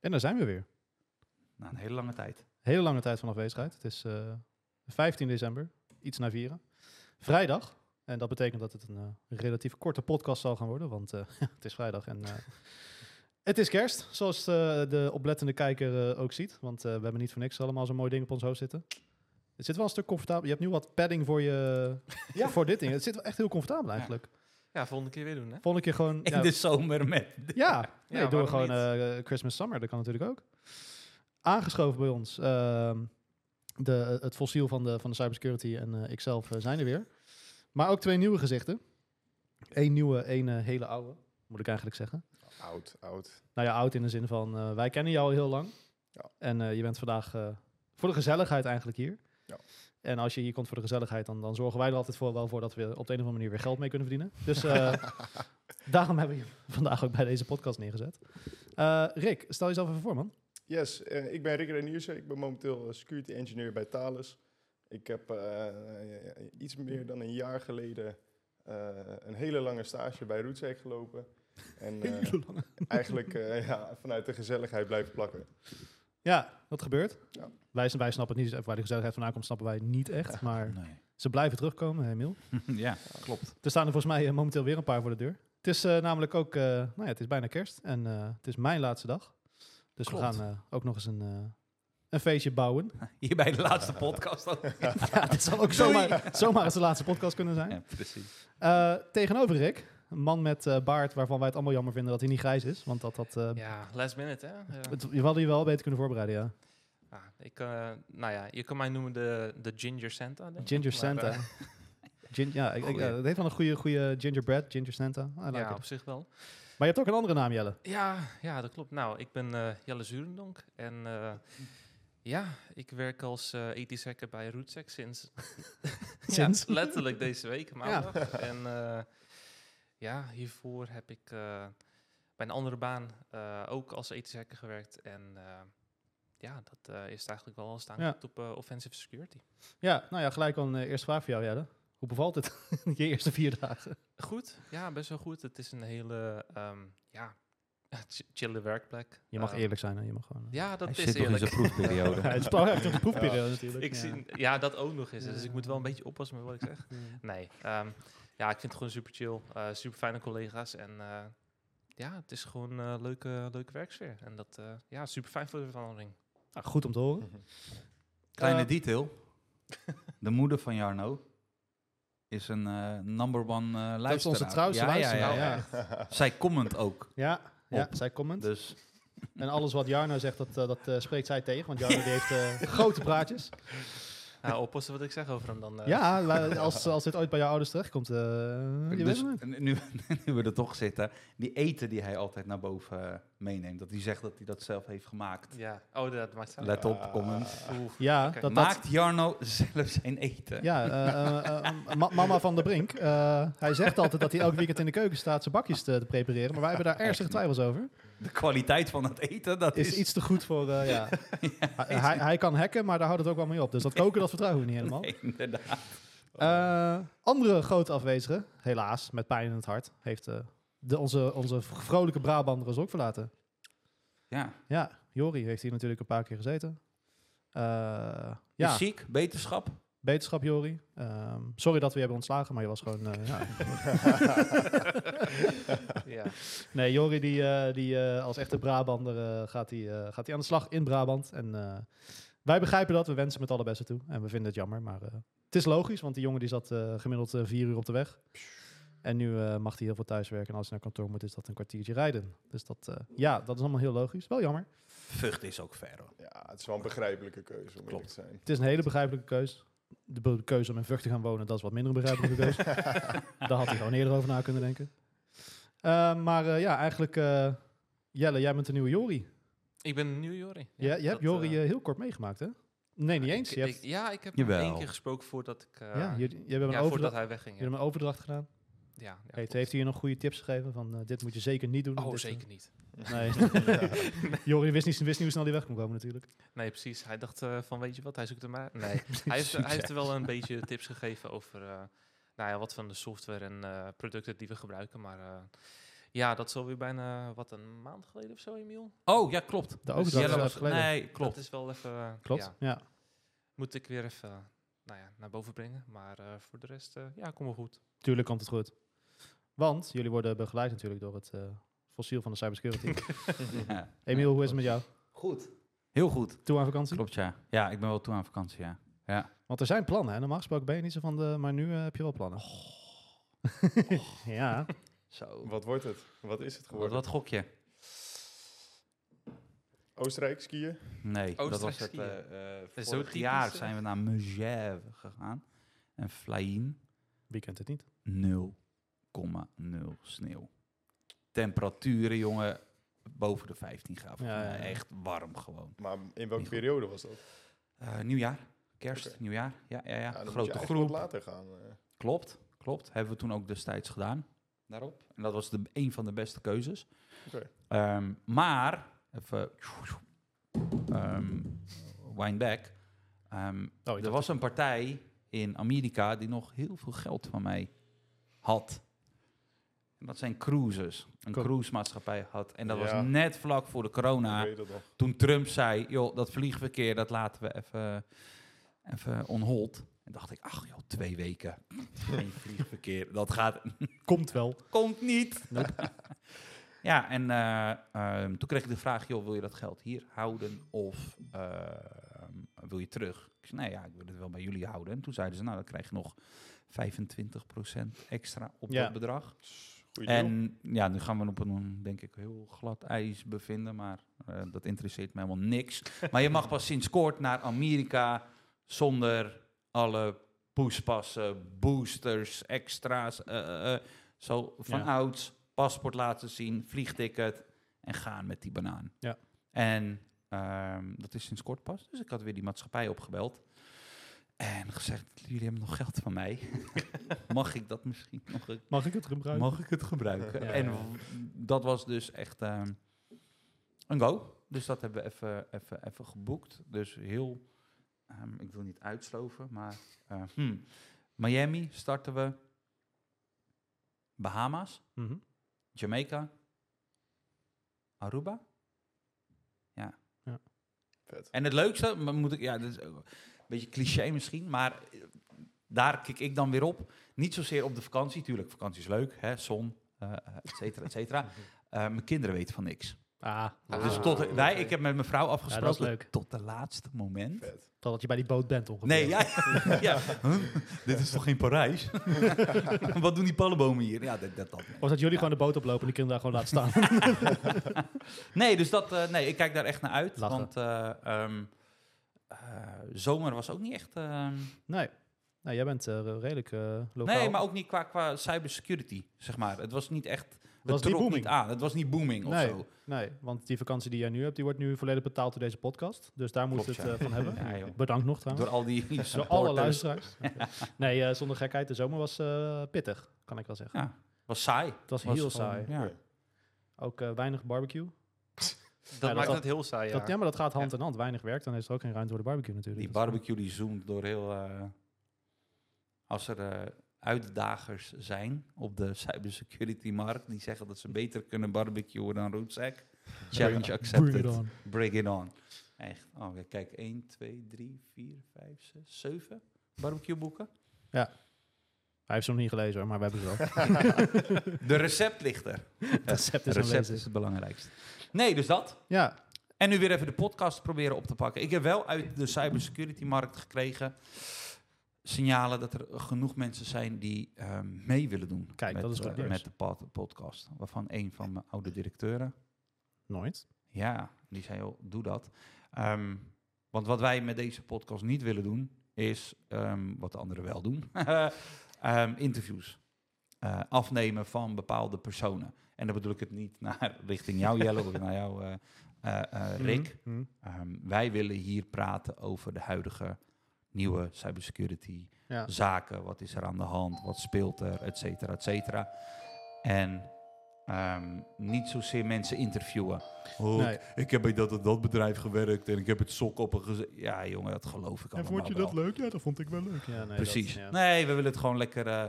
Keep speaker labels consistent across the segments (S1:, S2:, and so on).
S1: En daar zijn we weer.
S2: Na een hele lange tijd.
S1: Hele lange tijd van afwezigheid. Het is eh 15 december, iets na vieren. Vrijdag. En dat betekent dat het een eh, relatief korte podcast zal gaan worden, want eh, het is vrijdag en eh, het is kerst, zoals eh, de oplettende kijker eh, ook ziet. Want eh, we hebben niet voor niks allemaal zo'n mooi ding op ons hoofd zitten. Het zit wel een stuk comfortabel. Je hebt nu wat padding voor, je,
S3: Ja.
S1: voor dit ding. Het zit wel echt heel comfortabel eigenlijk.
S3: Ja, volgende keer weer doen, hè?
S1: Volgende keer gewoon...
S2: In
S1: ja,
S2: de zomer met...
S1: ja, nee, doen we
S3: waarom
S1: gewoon
S3: niet?
S1: eh, Christmas Summer, dat kan natuurlijk ook. Aangeschoven bij ons, ehm, de, eh, het fossiel van de, van de cybersecurity en eh, ikzelf eh, zijn er weer. Maar ook twee nieuwe gezichten. Eén nieuwe, één eh, hele oude, moet ik eigenlijk zeggen.
S4: Oud, oud.
S1: Nou ja, oud in de zin van, eh, wij kennen jou al heel lang.
S4: Ja.
S1: En eh, je bent vandaag eh, voor de gezelligheid eigenlijk hier.
S4: Ja.
S1: En als je hier komt voor de gezelligheid, dan, dan zorgen wij er altijd voor, wel voor dat we op de een of andere manier weer geld mee kunnen verdienen. Dus eh, daarom hebben we je vandaag ook bij deze podcast neergezet. Eh, Rick, stel jezelf even voor, man.
S4: Yes, eh, ik ben Rick Reniers. Ik ben momenteel eh, security engineer bij Thales. Ik heb eh, iets meer dan een jaar geleden eh, een hele lange stage bij Rootsec gelopen. En eh, eigenlijk eh, ja, vanuit de gezelligheid blijven plakken.
S1: Ja, dat gebeurt.
S4: Ja.
S1: Wij, wij snappen het niet, dus waar de gezelligheid vandaan komt, snappen wij niet echt. Maar
S2: Nee.
S1: ze blijven terugkomen, hè, Emiel.
S2: ja, klopt.
S1: Er staan er volgens mij eh, momenteel weer een paar voor de deur. Het is eh, namelijk ook, eh, nou ja, het is bijna kerst en eh, het is mijn laatste dag. Dus
S2: Klopt.
S1: we gaan eh, ook nog eens een, eh, een feestje bouwen.
S2: Hier bij de laatste podcast dan.
S1: ja, het zal ook zomaar, zomaar eens de laatste podcast kunnen zijn.
S2: Ja, precies.
S1: Eh, tegenover Rick, een man met eh, baard waarvan wij het allemaal jammer vinden dat hij niet grijs is. Want dat had, eh,
S3: Ja, last minute, hè? Ja.
S1: het, je had je wel beter kunnen voorbereiden, ja.
S3: Ah, ik, eh, nou ja, je kan mij noemen de, de Ginger Santa. denk ik.
S1: Ginger
S3: Maar,
S1: Santa.
S3: eh,
S1: Gin- ja, ik, ik-
S2: Goeie.
S1: ja, dat heeft wel een goede, goede gingerbread, Ginger Santa. I like
S3: ja,
S1: it.
S3: op zich wel.
S1: Maar je hebt ook een andere naam, Jelle.
S3: Ja, ja, dat klopt. Nou, ik ben eh, Jelle Zurendonk en eh, ja, ik werk als eh ethisch hacker bij Rootsec sinds,
S1: Sinds?
S3: Ja, letterlijk deze week
S1: Ja.
S3: maandag. En eh, ja, hiervoor heb ik eh, bij een andere baan eh, ook als ethisch hacker gewerkt en eh, ja, dat eh, is eigenlijk wel al staan
S1: Ja.
S3: op eh, offensive security.
S1: Ja, nou ja, gelijk al een eh, eerste vraag voor jou, Jelle. Hoe bevalt het je eerste vier dagen?
S3: Goed, ja, best wel goed. Het is een hele ehm, ja, ch- chille werkplek.
S1: Je mag
S3: Eh,
S1: eerlijk zijn, hè? je mag gewoon... eh.
S3: Ja, dat
S2: Hij
S3: is
S2: zit nog in
S3: eerlijk.
S2: zijn proefperiode.
S1: Ja, het is belangrijk tot de proefperiode natuurlijk.
S3: Ik
S1: ja.
S3: zie, ja, dat ook nog eens. Dus
S1: Ja.
S3: ik moet wel een beetje oppassen met wat ik zeg.
S1: Ja.
S3: Nee, ehm, ja, ik vind het gewoon super chill. eh, super fijne collega's. En eh, ja, het is gewoon een leuke, leuke werksfeer. En dat, eh, ja, super fijn voor de verandering.
S1: Nou, goed om te horen.
S2: Kleine
S1: Eh,
S2: detail. De moeder van Jarno is een eh, number one eh luisteraar.
S1: Dat is onze trouwste
S2: ja, ja,
S1: luisteraar.
S2: ja,
S1: Ja, ja,
S2: ja. Zij comment ook.
S1: ja. ja,
S2: Op.
S1: zij comment.
S2: Dus
S1: En alles wat Jarno zegt, dat, eh, dat eh, spreekt zij tegen. Want Jarno die heeft eh, grote praatjes.
S3: Nou, oppassen wat ik zeg over hem dan. eh.
S1: Ja, la- als, als dit ooit bij jouw ouders terechtkomt, eh je weet
S2: dus
S1: het niet.
S2: nu, nu we er toch zitten, die eten die hij altijd naar boven eh, meeneemt, dat hij zegt dat hij dat zelf heeft gemaakt.
S3: Ja, oh, dat maakt het uit.
S2: Let op, comment.
S3: Oeh,
S1: Ja,
S3: Oké.
S1: Ah. dat, dat,
S2: Maakt Jarno zelf zijn eten?
S1: ja eh, eh, eh, ma- mama van de Brink. eh, hij zegt altijd dat hij elk weekend in de keuken staat zijn bakjes te, te prepareren. Maar wij hebben daar ernstige twijfels over.
S2: De kwaliteit van het eten, dat
S1: Is
S2: is...
S1: iets te goed voor, eh, ja. Hij, hij, hij kan hacken, maar daar houdt het ook wel mee op. Dus dat koken, dat vertrouwen we niet helemaal.
S2: Nee, inderdaad.
S1: Eh, andere grote afwezige, helaas, met pijn in het hart, heeft eh, de, onze, onze vrolijke Brabander ons ook verlaten.
S2: Ja.
S1: Ja, Jori heeft hier natuurlijk een paar keer gezeten. Eh,
S2: Ja.
S1: ja,
S2: Is ziek, wetenschap.
S1: beterschap Jori. Ehm, sorry dat we je hebben ontslagen, maar je was gewoon... eh, ja.
S3: ja.
S1: Nee, Jori die, eh, die eh, als echte Brabander eh, gaat, die, eh, gaat die aan de slag in Brabant. En eh, wij begrijpen dat, we wensen hem het allerbeste toe. En we vinden het jammer, maar eh, het is logisch, want die jongen die zat eh, gemiddeld eh, vier uur op de weg. En nu eh, mag hij heel veel thuiswerken en als hij naar kantoor moet is dat een kwartiertje rijden. Dus dat, eh, ja, dat is allemaal heel logisch. Wel jammer.
S2: Vught is ook ver. hoor.
S4: Ja, het is wel een begrijpelijke keuze om eerlijk te zijn.
S1: Het is een hele begrijpelijke keus. De be- keuze om in Vught te gaan wonen, dat is wat minder een begrijpelijke keuze. Daar had hij gewoon eerder over na kunnen denken. Eh, maar eh, ja, eigenlijk, eh, Jelle, jij bent de nieuwe Jori.
S3: Ik ben een nieuwe Jori.
S1: Ja, je hebt
S3: dat,
S1: Jori
S3: eh,
S1: eh, heel kort meegemaakt, hè? Nee, niet eens.
S3: ik-
S1: Je hebt,
S3: ik- ja, ik heb hem
S2: Jawel.
S3: één keer gesproken voordat ik... eh,
S1: ja, je, je hebt een
S3: ja, voordat
S1: overdracht,
S3: hij wegging.
S1: je
S3: Ja.
S1: hebt een overdracht gedaan.
S3: Ja, ja,
S1: Hey,
S3: klopt.
S1: heeft hij je nog goede tips gegeven van eh, dit moet je zeker niet doen?
S3: Oh,
S1: dit, eh,
S3: zeker niet.
S1: Nee. Jori wist niet, wist niet hoe snel hij weg kon komen natuurlijk.
S3: Nee, precies. Hij dacht eh, van, weet je wat, hij zoekt hem maar. Nee, hij, heeft, hij heeft er wel een beetje tips gegeven over eh, nou ja, wat van de software en eh, producten die we gebruiken. Maar eh, Ja, dat is alweer bijna, wat, een maand geleden of zo, Emiel?
S2: Oh, ja, klopt.
S3: Dus
S1: De overdracht
S2: Jelle
S1: is
S2: was-
S1: even geleden.
S2: Nee, klopt.
S3: Dat is wel even... eh,
S1: Klopt.
S3: ja,
S1: Ja.
S3: moet ik weer even eh, nou ja, naar boven brengen. Maar eh, voor de rest, eh, ja, kom wel goed.
S1: tuurlijk komt het goed. Want jullie worden begeleid natuurlijk door het eh, fossiel van de cybersecurity.
S2: Ja.
S1: Emiel, hoe is het met jou?
S2: Goed. Heel goed.
S1: Toe aan vakantie?
S2: Klopt, ja. Ja, ik ben wel toe aan vakantie, ja.
S1: Want er zijn plannen. Hè? Normaal gesproken ben je niet zo van de... Maar nu eh, heb je wel plannen.
S3: Oh.
S1: ja.
S2: Zo. Wat,
S4: Wat wordt het? Wat is het
S2: wat,
S4: geworden?
S2: gok je?
S4: Oostenrijk skiën?
S2: Nee, dat was het.
S3: skiën.
S2: eh, eh,
S3: is
S2: vorig
S3: ook
S2: jaar
S3: typisch, eh.
S2: zijn we naar Megève gegaan. En Flaïn,
S1: Wie kent het niet?
S2: 0,0 sneeuw. Temperaturen, jongen, boven de 15 graden.
S1: Ja,
S2: volgens mij.
S1: ja, ja.
S2: Echt warm gewoon.
S4: Maar in welke
S2: Niet goed.
S4: periode was dat?
S2: Eh, nieuwjaar, kerst,
S4: Oké.
S2: nieuwjaar. Ja, ja, ja.
S4: dan moet je
S2: Grote
S4: eigenlijk wat
S2: groep.
S4: later gaan. eh.
S2: Klopt, klopt. Hebben we toen ook destijds gedaan. Daarop. En dat was de, een van de beste keuzes.
S4: Oké.
S2: Ehm, maar, even... ehm wind back. Ehm,
S1: Oh, ik
S2: er was een partij in Amerika die nog heel veel geld van mij had. En dat zijn cruises. Een
S1: Cool.
S2: cruisemaatschappij had. En dat
S4: Ja.
S2: was net vlak voor de corona.
S4: Ik weet dat nog.
S2: Toen Trump zei, joh, dat vliegverkeer, dat laten we even, even on hold. En dacht ik, ach joh, twee weken. Geen vliegverkeer, dat gaat,
S1: Komt wel.
S2: komt niet. ja, en eh, ehm, toen kreeg ik de vraag, joh, wil je dat geld hier houden of ehm, wil je terug? Ik zei, nee, ja, ik wil het wel bij jullie houden. En toen zeiden ze, nou, dan krijg je nog 25% extra op
S1: Ja.
S2: dat bedrag.
S4: Goeie deal.
S2: En ja, nu gaan we op een, denk ik, heel glad ijs bevinden, maar eh, dat interesseert me helemaal niks. Maar je mag pas sinds kort naar Amerika zonder alle poespassen, boosters, extra's, eh, eh, eh, zo van
S1: Ja.
S2: ouds, paspoort laten zien, vliegticket en gaan met die banaan.
S1: Ja.
S2: En ehm, dat is sinds kort pas, dus ik had weer die maatschappij opgebeld. En gezegd, jullie hebben nog geld van mij. Mag ik dat misschien nog een
S1: Mag ik het gebruiken?
S2: Mag ik het gebruiken?
S1: Ja.
S2: En w- dat was dus echt ehm, een go. Dus dat hebben we even, even, even geboekt. Dus heel, ehm, ik wil niet uitsloven, maar eh, hmm. Miami starten we. Bahama's,
S1: Mhm.
S2: Jamaica, Aruba. Ja.
S1: Ja.
S4: Vet.
S2: En het leukste, maar moet ik, ja, dat is ook een beetje cliché misschien, maar eh, daar kijk ik dan weer op. Niet zozeer op de vakantie, tuurlijk, vakantie is leuk, hè, zon, eh, eh, et cetera, et cetera. Eh, mijn kinderen weten van niks.
S1: Ah,
S3: Ah.
S2: Dus tot, wij, ik heb met mijn vrouw afgesproken
S1: leuk.
S2: tot de laatste moment.
S4: Vet.
S1: totdat je bij die boot bent ongeveer.
S2: Nee, ja, ja. Huh? dit is toch geen Parijs? Wat doen die palmbomen hier? Ja, dat, dat, dat.
S1: Of dat jullie gewoon de boot oplopen en die kinderen daar gewoon laten staan.
S2: Nee, dus dat, eh, nee, ik kijk daar echt naar uit.
S1: Lachen.
S2: Want eh, ehm, eh, zomer was ook niet echt. ehm,
S1: nee. nee, jij bent eh, redelijk eh lokaal.
S2: nee, maar ook niet qua, qua cybersecurity, zeg maar. Het was niet echt. Het
S1: was niet
S2: trok
S1: booming.
S2: niet aan. Het was niet booming of
S1: Nee.
S2: zo.
S1: Nee, want die vakantie die jij nu hebt, die wordt nu volledig betaald door deze podcast. Dus daar moet
S2: Klopt,
S1: het
S2: ja.
S1: eh, van hebben.
S2: Ja, joh.
S1: Bedankt nog trouwens.
S2: Door al die.
S1: Door alle luisteraars. Nee, eh, zonder gekheid, de zomer was eh, pittig, kan ik wel zeggen.
S2: Ja, was saai.
S1: Het was, heel saai.
S2: Ja.
S4: Oké.
S1: Ook eh, weinig barbecue.
S3: Dat
S1: dat-
S3: maakt
S1: dat-
S3: het heel saai,
S1: Ja.
S3: ja.
S1: Dat, ja, maar dat gaat hand in hand. Weinig werk, dan is er ook geen ruimte voor de barbecue natuurlijk.
S2: Die
S1: Dat is-
S2: barbecue die zoomt door heel. eh, als er eh, uitdagers zijn op de cybersecurity-markt, die zeggen dat ze beter kunnen barbecuen dan Rootsack. Challenge
S1: Bring it
S2: accepted.
S1: on.
S2: Break it on. Echt. Oh, ja, kijk, 1, 2, 3, 4, 5, 6, 7 barbecueboeken.
S1: Hij heeft ze nog niet gelezen hoor, maar we hebben ze wel.
S2: De recept ligt er.
S1: Het recept is
S2: recept
S1: aanwezig.
S2: is het belangrijkste. Nee, dus dat.
S1: Ja,
S2: En nu weer even de podcast proberen op te pakken. Ik heb wel uit de cybersecurity-markt gekregen signalen dat er genoeg mensen zijn die eh, mee willen doen
S1: Kijk,
S2: met,
S1: dat is
S2: eh,
S1: goed nieuws.
S2: met de pod- podcast. Waarvan een van mijn oude directeuren
S1: nooit.
S2: Ja, die zei al, doe dat. Ehm, want wat wij met deze podcast niet willen doen, is ehm, wat de anderen wel doen. Ehm, interviews. Eh, afnemen van bepaalde personen. En dan bedoel ik het niet naar, richting jou, Jelle, of naar jou, eh, eh, eh, Rick.
S1: Mhm. Mhm.
S2: Ehm, wij willen hier praten over de huidige nieuwe cybersecurity
S1: Ja.
S2: zaken. Wat is er aan de hand? Wat speelt er? Et cetera, et cetera. En ehm, niet zozeer mensen interviewen. Oh,
S1: Nee.
S2: ik, ik heb bij dat en dat bedrijf gewerkt en ik heb het sok op een geze- Ja, jongen, dat geloof ik allemaal wel.
S1: leuk? Ja, dat vond ik wel leuk. Ja, nee,
S2: Precies. Nou.
S1: dat- ja.
S2: Nee, we willen het gewoon lekker, eh,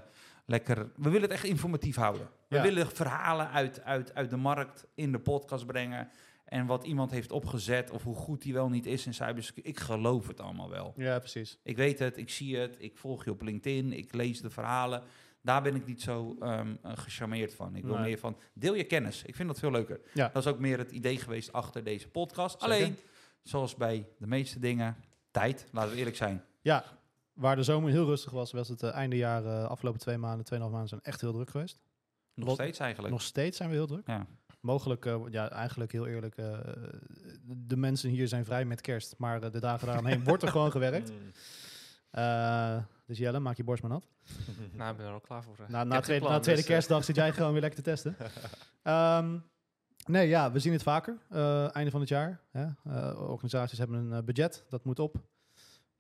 S2: lekker. We willen het echt informatief houden. We
S1: Ja.
S2: willen verhalen uit, uit, uit de markt in de podcast brengen. En wat iemand heeft opgezet of hoe goed die wel niet is in cybersecurity. Ik geloof het allemaal wel.
S1: Ja, precies.
S2: Ik weet het, ik zie het, ik volg je op LinkedIn, ik lees de verhalen. Daar ben ik niet zo ehm, eh, gecharmeerd van. Ik wil
S1: Nee.
S2: meer van, deel je kennis. Ik vind dat veel leuker.
S1: Ja.
S2: Dat is ook meer het idee geweest achter deze podcast.
S1: Zeker.
S2: Alleen, zoals bij de meeste dingen, tijd. Laten we eerlijk zijn.
S1: Ja, waar de zomer heel rustig was, was het eh, einde jaar, eh, afgelopen twee maanden, tweeënhalf maanden zijn echt heel druk geweest.
S2: Nog
S1: Wat-
S2: steeds eigenlijk.
S1: Nog steeds zijn we heel druk.
S2: Ja.
S1: Mogelijk, eh, ja, eigenlijk heel eerlijk, eh, de mensen hier zijn vrij met kerst, maar eh, de dagen daaromheen wordt er gewoon gewerkt.
S4: Mm.
S1: Eh, dus Jelle, maak je borst maar nat.
S3: Nou, ik ben er al klaar voor. hè.
S1: Na,
S3: Ik
S1: na,
S3: heb
S1: tweede,
S3: geen plan,
S1: na tweede
S3: dus, eh,
S1: kerstdag zit jij gewoon weer lekker te testen. Ehm, nee, ja, we zien het vaker. eh, einde van het jaar. Hè? Eh, organisaties hebben een eh, budget, dat moet op.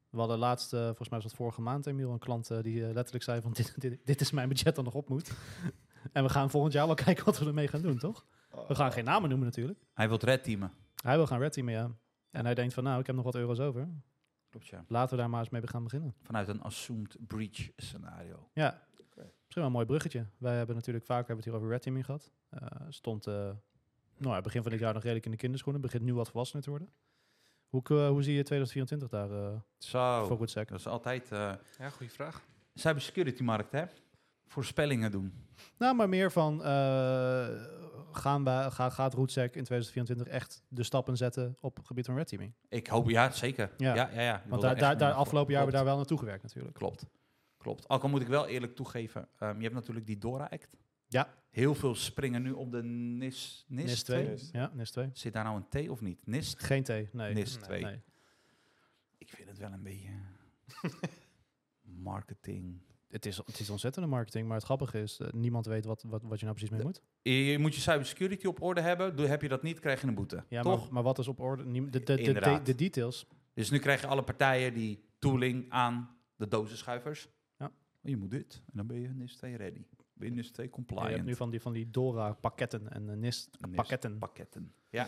S1: We hadden laatst, eh, volgens mij was dat vorige maand, Emiel, een klant eh, die eh, letterlijk zei van dit, dit, dit is mijn budget dat nog op moet. en we gaan volgend jaar wel kijken wat we ermee gaan doen, toch? We gaan geen namen noemen natuurlijk.
S2: Hij wil red teamen.
S1: Hij wil gaan redteamen, ja. En hij denkt van nou, ik heb nog wat euro's over.
S2: Klopt ja.
S1: Laten we daar maar eens mee gaan beginnen.
S2: Vanuit een assumed breach scenario.
S1: Ja.
S4: Oké.
S1: Misschien wel een mooi bruggetje. Wij hebben natuurlijk vaker hebben we het hier over red teaming gehad. Eh, stond eh, nou ja, begin van dit jaar nog redelijk in de kinderschoenen. Begint nu wat volwassener te worden. Hoe, k- eh, hoe zie je 2024 daar eh
S2: Zo.
S1: voor goed sec?
S2: Dat is altijd eh
S3: Ja, goede vraag.
S2: cybersecurity markt hè. Voorspellingen doen.
S1: Nou, maar meer van eh, gaan wij, ga, gaat RootSec in 2024 echt de stappen zetten op het gebied van red teaming?
S2: Ik hoop ja, zeker.
S1: Ja.
S2: Ja, ja, ja. Ik wil
S1: Want
S2: daar
S1: daar,
S2: echt
S1: daar,
S2: mee
S1: daar
S2: naar voor-
S1: afgelopen jaar hebben we daar
S2: Klopt.
S1: wel naartoe gewerkt natuurlijk.
S2: Klopt. Klopt. Ook al moet ik wel eerlijk toegeven, ehm, je hebt natuurlijk die DORA-act.
S1: Ja.
S2: Heel veel springen nu op de NIS, NIS,
S1: NIS
S2: 2.
S1: 2.
S4: twee.
S1: Ja, NIS 2.
S2: Zit daar nou een T of niet? NIS,
S1: Geen T, nee.
S2: NIS
S3: Nee.
S2: 2.
S1: Nee.
S2: Ik vind het wel een beetje marketing.
S1: Het, is, het is ontzettende marketing, maar het grappige is, eh, niemand weet wat, wat, wat je nou precies mee
S2: De-
S1: moet.
S2: Je, je moet je cybersecurity op orde hebben. Doe, heb je dat niet, krijg je een boete.
S1: Ja,
S2: Toch?
S1: Maar, maar wat is op orde? Niem- De, de, de, de,
S2: Inderdaad.
S1: de details.
S2: Dus nu krijgen alle partijen die tooling aan de dozenschuivers. Oh,
S1: Ja.
S2: Je moet dit. En dan ben je NIS 2 ready. Ben je NIS 2
S1: Ja, je hebt
S2: compliant.
S1: nu van die, van die DORA-pakketten en eh, NIST
S2: NIS
S1: pakketten.
S2: pakketten. Ja.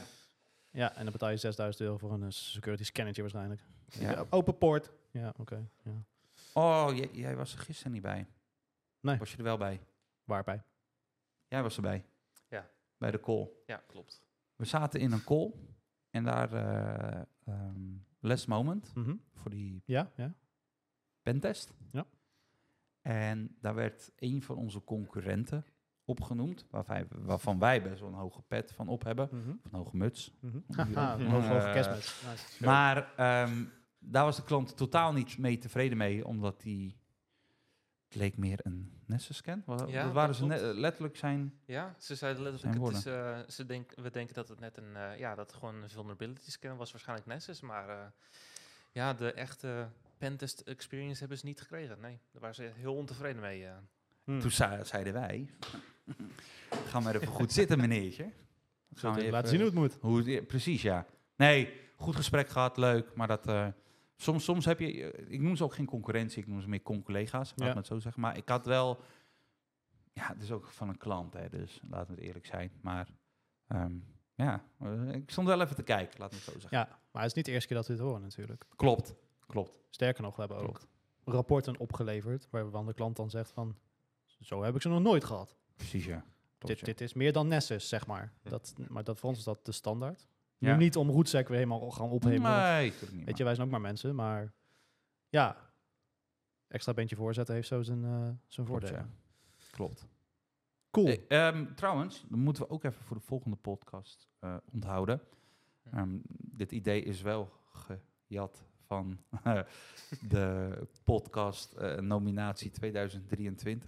S1: Ja, en dan betaal je 6000 euro voor een eh, security scannertje waarschijnlijk.
S2: Ja.
S1: Ja, open poort. Ja, oké. Ja.
S2: Oh, jij, jij was er gisteren niet bij.
S1: Nee.
S2: Was je er wel bij?
S1: Waarbij?
S2: Jij was erbij.
S3: Ja.
S2: Bij de call.
S3: Ja, klopt.
S2: We zaten in een call. En daar... eh ehm, last moment.
S1: Mhm.
S2: Voor die
S1: Ja, ja.
S2: pentest.
S1: Ja.
S2: En daar werd een van onze concurrenten opgenoemd, waarvan wij, waarvan wij best wel een hoge pet van op hebben,
S1: Mhm.
S2: of een hoge muts.
S1: Mhm.
S2: Hier
S1: Haha,
S2: ook.
S1: een hoog- hoge
S2: Eh,
S1: kerstmis. Nice.
S2: Maar ehm, daar was de klant totaal niet mee tevreden mee, omdat die het leek meer een Nessus-scan. Wa-
S3: Ja,
S2: dat
S3: dat
S2: waren ze
S3: klopt.
S2: ne- letterlijk zijn.
S3: Ja, ze zeiden
S2: Zijn
S3: letterlijk, het is, eh, ze denk, we denken dat het net een, eh, ja, dat het gewoon een vulnerability scan was, waarschijnlijk Nessus, maar eh, ja, de echte pentest experience hebben ze niet gekregen, nee. Daar waren ze heel ontevreden mee. eh.
S1: Hmm.
S2: Toen zei- zeiden wij: Ga maar even goed zitten, meneertje. Dan Gaan
S1: Laten zien hoe het moet.
S2: Hoe, het- ja, precies, ja. Nee, goed gesprek gehad, leuk. Maar dat, eh, soms, soms heb je... eh, Ik noem ze ook geen concurrentie, ik noem ze meer con-collega's. Laat
S1: Ja.
S2: me het zo zeggen. Maar ik had wel... Ja, het is ook van een klant, hè. Dus laten we het eerlijk zijn. Maar ehm, ja, eh, ik stond wel even te kijken, laat me het zo zeggen.
S1: Ja, maar het is niet de eerste keer dat we dit horen natuurlijk.
S2: Klopt, klopt,
S1: Sterker nog, we hebben ook
S2: klopt.
S1: rapporten opgeleverd waarvan de klant dan zegt van, zo heb ik ze nog nooit gehad.
S2: Precies, ja. Klopt,
S1: Dit,
S2: ja.
S1: dit is meer dan Nessus, zeg maar.
S4: Ja.
S1: Dat, maar dat, voor ons is dat de standaard. Nu
S2: Ja.
S1: niet om Roetsec weer helemaal gaan ophemen. want
S2: Nee, natuurlijk niet.
S1: Weet je, wij zijn ook maar mensen. Maar ja, extra bandje voorzetten heeft zo zijn, eh zijn
S2: maar klopt,
S1: voordelen.
S2: ja. Klopt.
S1: Cool.
S2: Eh, ehm, trouwens, dat moeten we ook even voor de volgende podcast eh, onthouden.
S3: Ja.
S2: Ehm, dit idee is wel gejat van eh, de podcast eh, nominatie 2023.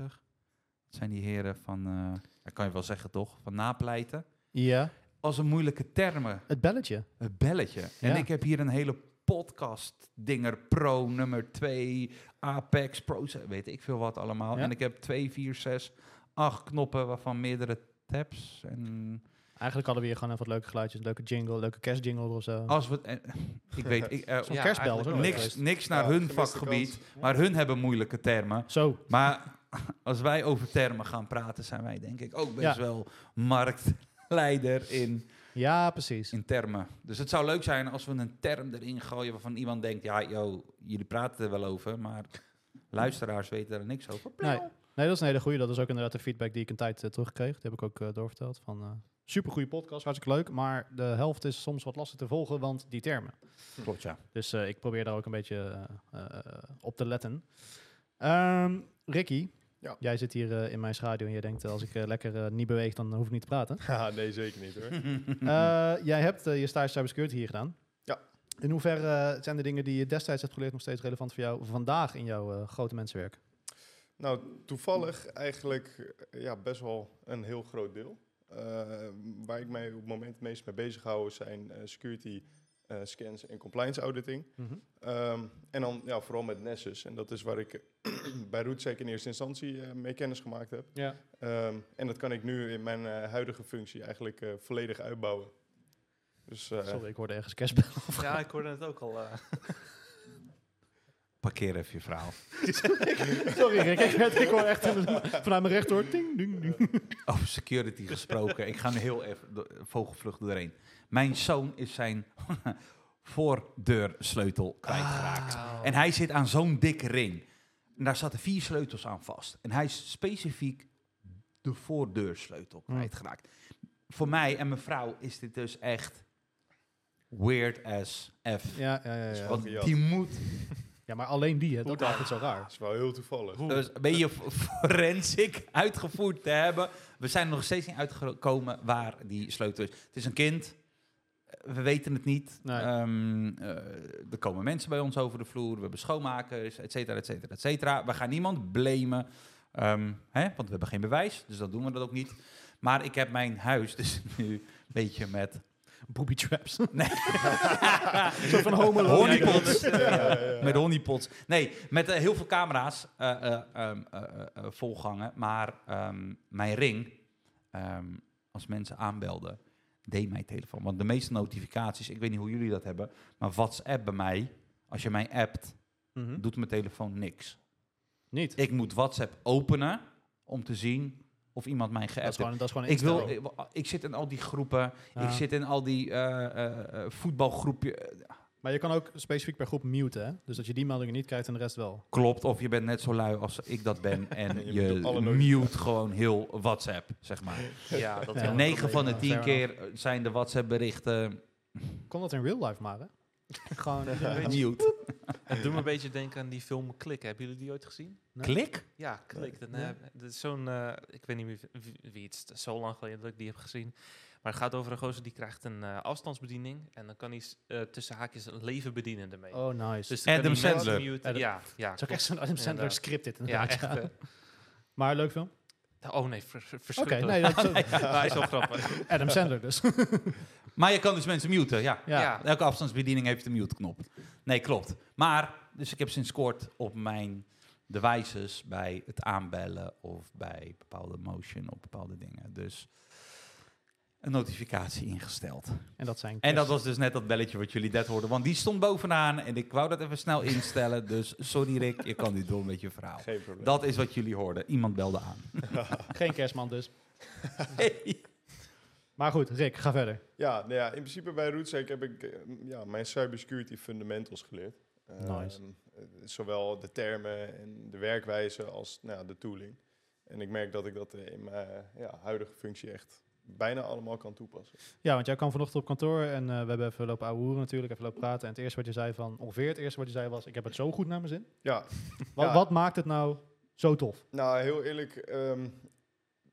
S2: Dat zijn die heren van, eh, dat kan je wel zeggen toch, van napleiten.
S1: Ja,
S2: Als een moeilijke termen,
S1: het belletje.
S2: een belletje. En
S1: Ja.
S2: ik heb hier een hele podcast dinger, pro nummer 2, Apex, pro, ze- weet ik veel wat allemaal.
S1: Ja.
S2: En ik heb 2, 4, 6, 8 knoppen waarvan meerdere tabs. En
S1: Eigenlijk hadden we hier gewoon even wat leuke geluidjes. een Leuke jingle, leuke kerstjingle of zo.
S2: als we, eh, ik weet, ik, eh,
S1: Zo'n kerstbel
S3: eigenlijk
S1: is ook leuk
S2: niks,
S1: geweest.
S2: niks naar hun vakgebied. Maar hun hebben moeilijke termen.
S1: Zo,
S2: Maar als wij over termen gaan praten, zijn wij denk ik ook best
S1: Ja.
S2: wel marktleider in,
S1: Ja, precies.
S2: in termen. Dus het zou leuk zijn als we een term erin gooien waarvan iemand denkt, ja, yo, jullie praten er wel over, maar luisteraars weten er niks over.
S1: Nee. nee, dat is een hele goeie. Dat is ook inderdaad de feedback die ik een tijd terug terugkreeg. Die heb ik ook eh, doorverteld. Van, eh supergoeie podcast, hartstikke leuk. Maar de helft is soms wat lastig te volgen, want die termen.
S2: Klopt, ja.
S1: Dus eh, ik probeer daar ook een beetje eh, eh, op te letten. Ehm, Ricky,
S4: Ja.
S1: jij zit hier eh, in mijn schaduw en jij denkt, eh, als ik eh, lekker eh, niet beweeg, dan hoef ik niet te praten.
S4: Haha, nee, zeker niet hoor.
S1: Eh, jij hebt eh, je stage cybersecurity hier gedaan.
S4: Ja.
S1: In hoeverre eh, zijn de dingen die je destijds hebt geleerd nog steeds relevant voor jou vandaag in jouw eh, grote mensenwerk?
S4: Nou, toevallig eigenlijk eh, ja, best wel een heel groot deel. Eh, waar ik mij op het moment het meest mee bezig hou zijn eh, security eh, scans en compliance auditing. Ehm, en dan ja, vooral met Nessus. En dat is waar ik bij RootSec in eerste instantie eh, mee kennis gemaakt heb.
S1: Ja.
S4: Ehm, en dat kan ik nu in mijn eh, huidige functie eigenlijk eh, volledig uitbouwen. Dus eh,
S1: Sorry, ik hoorde ergens kerstbel.
S3: Ja, ik hoorde het ook al. eh.
S2: Parkeer even je verhaal.
S1: Sorry Rick, ik, werd, ik hoor echt vanuit mijn rechter. Ding, ding, ding.
S2: Over security gesproken. Ik ga nu heel even do- vogelvlucht doorheen. Mijn zoon is zijn voordeursleutel kwijtgeraakt.
S3: Ah.
S2: En hij zit aan zo'n dikke ring. En daar zaten vier sleutels aan vast. En hij is specifiek de voordeursleutel
S1: Hmm.
S2: kwijtgeraakt. Voor mij en mijn vrouw is dit dus echt weird as F.
S1: Ja, ja, ja, ja.
S4: wel-
S2: Want
S4: gejat.
S2: die moet...
S1: ja, maar alleen die, hè, dat maakt het zo raar.
S4: dat is wel heel toevallig.
S2: Dus ben je f- forensic uitgevoerd te hebben? We zijn er nog steeds niet uitgekomen waar die sleutel is. Het is een kind. We weten het niet.
S1: Nee.
S2: Ehm, eh, er komen mensen bij ons over de vloer. We hebben schoonmakers, et cetera, et cetera, et cetera. We gaan niemand blamen. ehm, hè? Want we hebben geen bewijs. Dus dat doen we dat ook niet. Maar ik heb mijn huis dus nu een beetje met...
S1: Booby traps.
S2: Nee.
S1: zo van homo.
S2: Honeypots.
S4: Ja, ja, ja.
S2: Met honeypots. Nee, met eh, heel veel camera's eh, eh, ehm, eh, eh, eh, volgangen. Maar ehm, mijn ring, ehm, als mensen aanbelden, deed mijn telefoon. Want de meeste notificaties, ik weet niet hoe jullie dat hebben, maar WhatsApp bij mij, als je mij appt,
S1: Hm?
S2: doet mijn telefoon niks.
S1: Mhm. Niet.
S2: Ik moet WhatsApp openen om te zien of iemand mij
S1: Dat is
S2: geappt heeft.
S1: gewoon, dat is gewoon een
S2: Ik, wil,
S1: instelling.
S2: ik, ik zit in al die groepen,
S1: Ja.
S2: ik zit in al die eh, eh, eh, voetbalgroepjes.
S1: Maar je kan ook specifiek per groep muten, hè? Dus dat je die meldingen niet krijgt en de rest wel.
S2: Klopt, of je bent net zo lui als ik dat ben en
S4: Je
S2: je,
S4: moet alle notificaties-
S2: mute gewoon heel WhatsApp, zeg maar.
S3: ja, dat
S1: Ja.
S3: wel een
S2: 9
S3: probleem.
S2: van de
S1: ja, fair
S2: 10 keer zijn de WhatsApp berichten
S1: Kon dat in real life maar, hè? gewoon.
S2: mute.
S3: Het doet me een beetje denken aan die film Klik. Hebben jullie die ooit gezien?
S2: Klik?
S3: Ja, Klik. Dat,
S1: Nee.
S3: eh, dat is zo'n, eh, ik weet niet meer wie, wie het is, zo lang geleden dat ik die heb gezien. Maar het gaat over een gozer die krijgt een eh, afstandsbediening. En dan kan hij s- eh, tussen haakjes een leven bedienen ermee.
S1: Oh, nice. Dus
S3: Dus dan kan
S2: Adam
S3: hij mensen
S2: Sandler.
S3: muten.
S1: Adam-
S3: Ja, ja.
S1: dat is ook
S3: klopt.
S1: echt zo'n Adam Sandler
S3: Inderdaad.
S1: script dit
S3: Ja,
S1: inderdaad.
S3: echt.
S1: ja.
S3: eh,
S1: Maar leuk film.
S3: oh nee, ver- ver-
S1: Oké,
S3: verschrikkelijk.
S1: nee, dat is
S3: Maar Hij is wel grappig.
S1: Adam Sandler dus.
S2: Maar je kan dus mensen muten, ja.
S1: ja.
S3: Ja.
S2: Elke afstandsbediening heeft een mute-knop. Nee, klopt. Maar, dus ik heb sinds kort op mijn devices bij het aanbellen of bij bepaalde motion of bepaalde dingen. Dus een notificatie ingesteld.
S1: En dat zijn
S2: En dat
S1: kerst-
S2: was dus net dat belletje wat jullie net hoorden. Want die stond bovenaan en ik wou dat even snel instellen. Dus sorry Rick, je kan nu door met je verhaal.
S4: Geen probleem.
S2: Dat is wat jullie hoorden. Iemand belde aan.
S1: Geen kerstman dus. Maar goed, Rick, ga verder.
S4: Ja, nou ja, in principe bij RootSec heb ik eh, m, ja, mijn cybersecurity fundamentals geleerd. Ehm,
S1: Nice.
S4: eh, Zowel de termen en de werkwijze als nou, ja, de tooling. En ik merk dat ik dat eh, in mijn ja, huidige functie echt bijna allemaal kan toepassen.
S1: Ja, want jij kwam vanochtend op kantoor en eh, we hebben even lopen ouwehoeren natuurlijk, even lopen praten. En het eerste wat je zei van, ongeveer het eerste wat je zei was, ik heb het zo goed naar mijn zin.
S4: Ja,
S1: Wat,
S4: Ja.
S1: wat maakt het nou zo tof?
S4: nou heel eerlijk, ehm,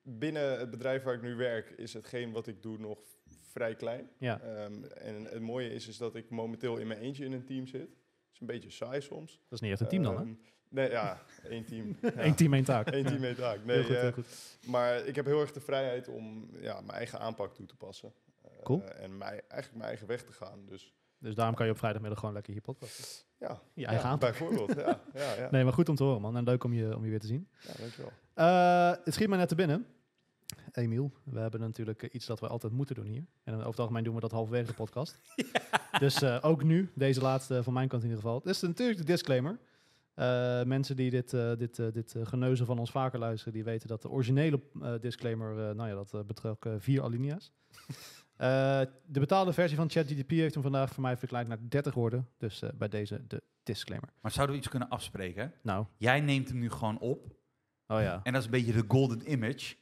S4: binnen het bedrijf waar ik nu werk is hetgeen wat ik doe nog vrij klein.
S1: Ja,
S4: Ehm, en het mooie is, is dat ik momenteel in mijn eentje in een team zit. Dat is een beetje saai soms.
S1: dat is niet echt een team dan, hè?
S4: Ehm, nee, ja, één team. Ja.
S1: Eén team, één taak.
S4: Eén team
S1: Ja.
S4: met taak. Nee,
S1: Heel goed,
S4: eh,
S1: heel goed.
S4: Maar ik heb heel erg de vrijheid om ja, mijn eigen aanpak toe te passen. Eh,
S1: Cool.
S4: en mij, eigenlijk mijn eigen weg te gaan. Dus
S1: Dus daarom kan je op vrijdagmiddag gewoon lekker hier podcasten.
S4: ja,
S1: Je eigen
S4: ja,
S1: aanpak.
S4: bijvoorbeeld. ja, ja, ja.
S1: Nee, maar goed om te horen, man. En leuk om je, om je weer te zien.
S4: ja, dankjewel.
S1: Eh, het schiet mij net te binnen. Emiel, we hebben natuurlijk eh, iets dat we altijd moeten doen hier. En over het algemeen doen we dat halverwege de podcast. Dus eh, ook nu, deze laatste van mijn kant in ieder geval. Dit is natuurlijk de disclaimer. Eh, Eh, mensen die dit, eh, dit, eh, dit eh, geneuzen van ons vaker luisteren, die weten dat de originele eh, disclaimer, eh, nou ja, dat eh, betrok eh, vier alinea's. Eh, de betaalde versie van ChatGDP heeft hem vandaag voor mij verkleind naar 30 woorden. Dus eh, bij deze de disclaimer.
S2: Maar zouden we iets kunnen afspreken?
S1: Nou,
S2: Jij neemt hem nu gewoon op.
S1: oh ja.
S2: En dat is een beetje de golden image.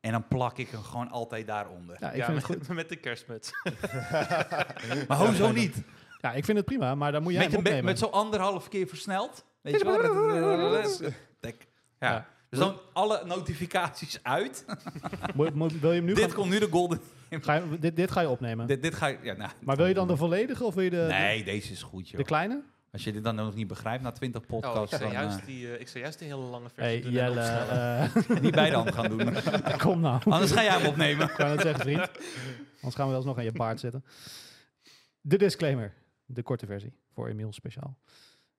S2: En dan plak ik hem gewoon altijd daaronder.
S1: Ja, ik
S3: ja,
S1: vind het
S3: met,
S1: goed.
S3: met de kerstmuts.
S2: Maar hoezo niet?
S1: Ja, ik vind het prima, maar daar moet jij
S2: Met,
S1: hem
S2: een be-
S1: opnemen.
S2: met zo'n anderhalf keer versneld. Weet je wel? Tek.
S1: Ja.
S2: Ja. Dus dan alle notificaties uit.
S1: Mo- mo- wil je hem nu
S2: Dit
S1: gaan-
S2: komt nu de golden.
S1: ga je- dit, dit ga je opnemen.
S2: Dit, dit ga ik. Ja, nou,
S1: maar wil je dan de volledige of wil je de,
S2: Nee, deze is goed,
S1: de,
S2: joh.
S1: de kleine?
S2: Als je dit dan nog niet begrijpt na 20
S3: Oh, ik,
S2: podcasts,
S3: zou
S2: dan
S3: juist
S2: eh,
S3: die, eh, ik zou juist die hele lange versie
S1: Hey,
S3: doen en
S1: Jelle,
S3: opsnellen.
S2: niet bij de hand gaan doen.
S1: eh, kom nou.
S2: Anders ga jij hem opnemen.
S1: Ik kan het zeggen, vriend. Anders gaan we wel eens nog aan je baard zitten. De disclaimer. De korte versie voor Emiel speciaal.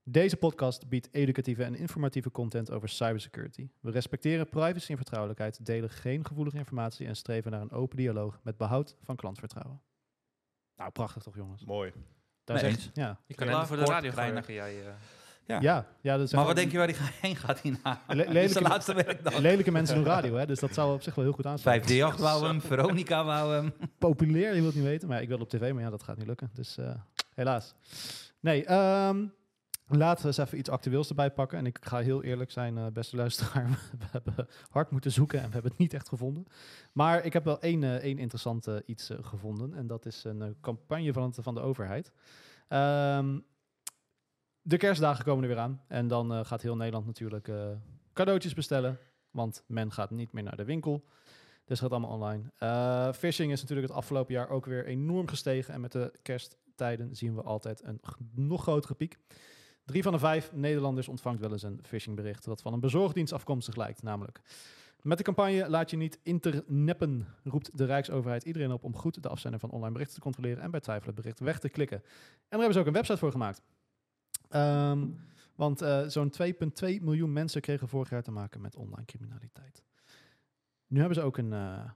S1: Deze podcast biedt educatieve en informatieve content over cybersecurity. We respecteren privacy en vertrouwelijkheid, delen geen gevoelige informatie en streven naar een open dialoog met behoud van klantvertrouwen. Nou, prachtig toch, jongens?
S4: Mooi.
S1: Daar
S2: Nee,
S1: zegt-
S2: eens.
S1: ja.
S3: Je
S2: Klaar,
S3: kan helemaal voor de
S2: kort,
S3: radio gaan
S2: kleiner.
S3: werken, jij. eh.
S2: Ja.
S1: Ja, ja dat is
S2: Maar
S1: echt-
S2: wat denk je waar hij heen gaat hierna?
S1: Le-
S2: Dit is de
S1: lelijke-
S2: laatste werkdag.
S1: Lelijke mensen doen radio, hè? dus dat zou op zich wel heel goed aansluiten.
S2: 5D8 wou hem, Veronica wou hem.
S1: populair, je wilt niet weten. Maar ik wil op tv, maar ja, dat gaat niet lukken. Dus eh, helaas. Nee, ehm, laten we eens even iets actueels erbij pakken. En ik ga heel eerlijk zijn, eh, beste luisteraar. We hebben hard moeten zoeken en we hebben het niet echt gevonden. Maar ik heb wel één, eh, één interessant eh, iets eh, gevonden. En dat is een eh, campagne van, het, van de overheid. Ehm, de kerstdagen komen er weer aan. En dan eh, gaat heel Nederland natuurlijk eh, cadeautjes bestellen. Want men gaat niet meer naar de winkel. Dus het gaat allemaal online. Eh, phishing is natuurlijk het afgelopen jaar ook weer enorm gestegen. En met de kersttijden zien we altijd een g- nog grotere piek. Drie van de vijf Nederlanders ontvangt wel eens een phishingbericht dat van een bezorgdienst afkomstig lijkt, namelijk. Met de campagne Laat je niet interneppen roept de Rijksoverheid iedereen op om goed de afzender van online berichten te controleren en bij twijfel het bericht weg te klikken. En daar hebben ze ook een website voor gemaakt. Ehm, want eh, zo'n 2,2 miljoen mensen kregen vorig jaar te maken met online criminaliteit. Nu hebben ze ook een, eh,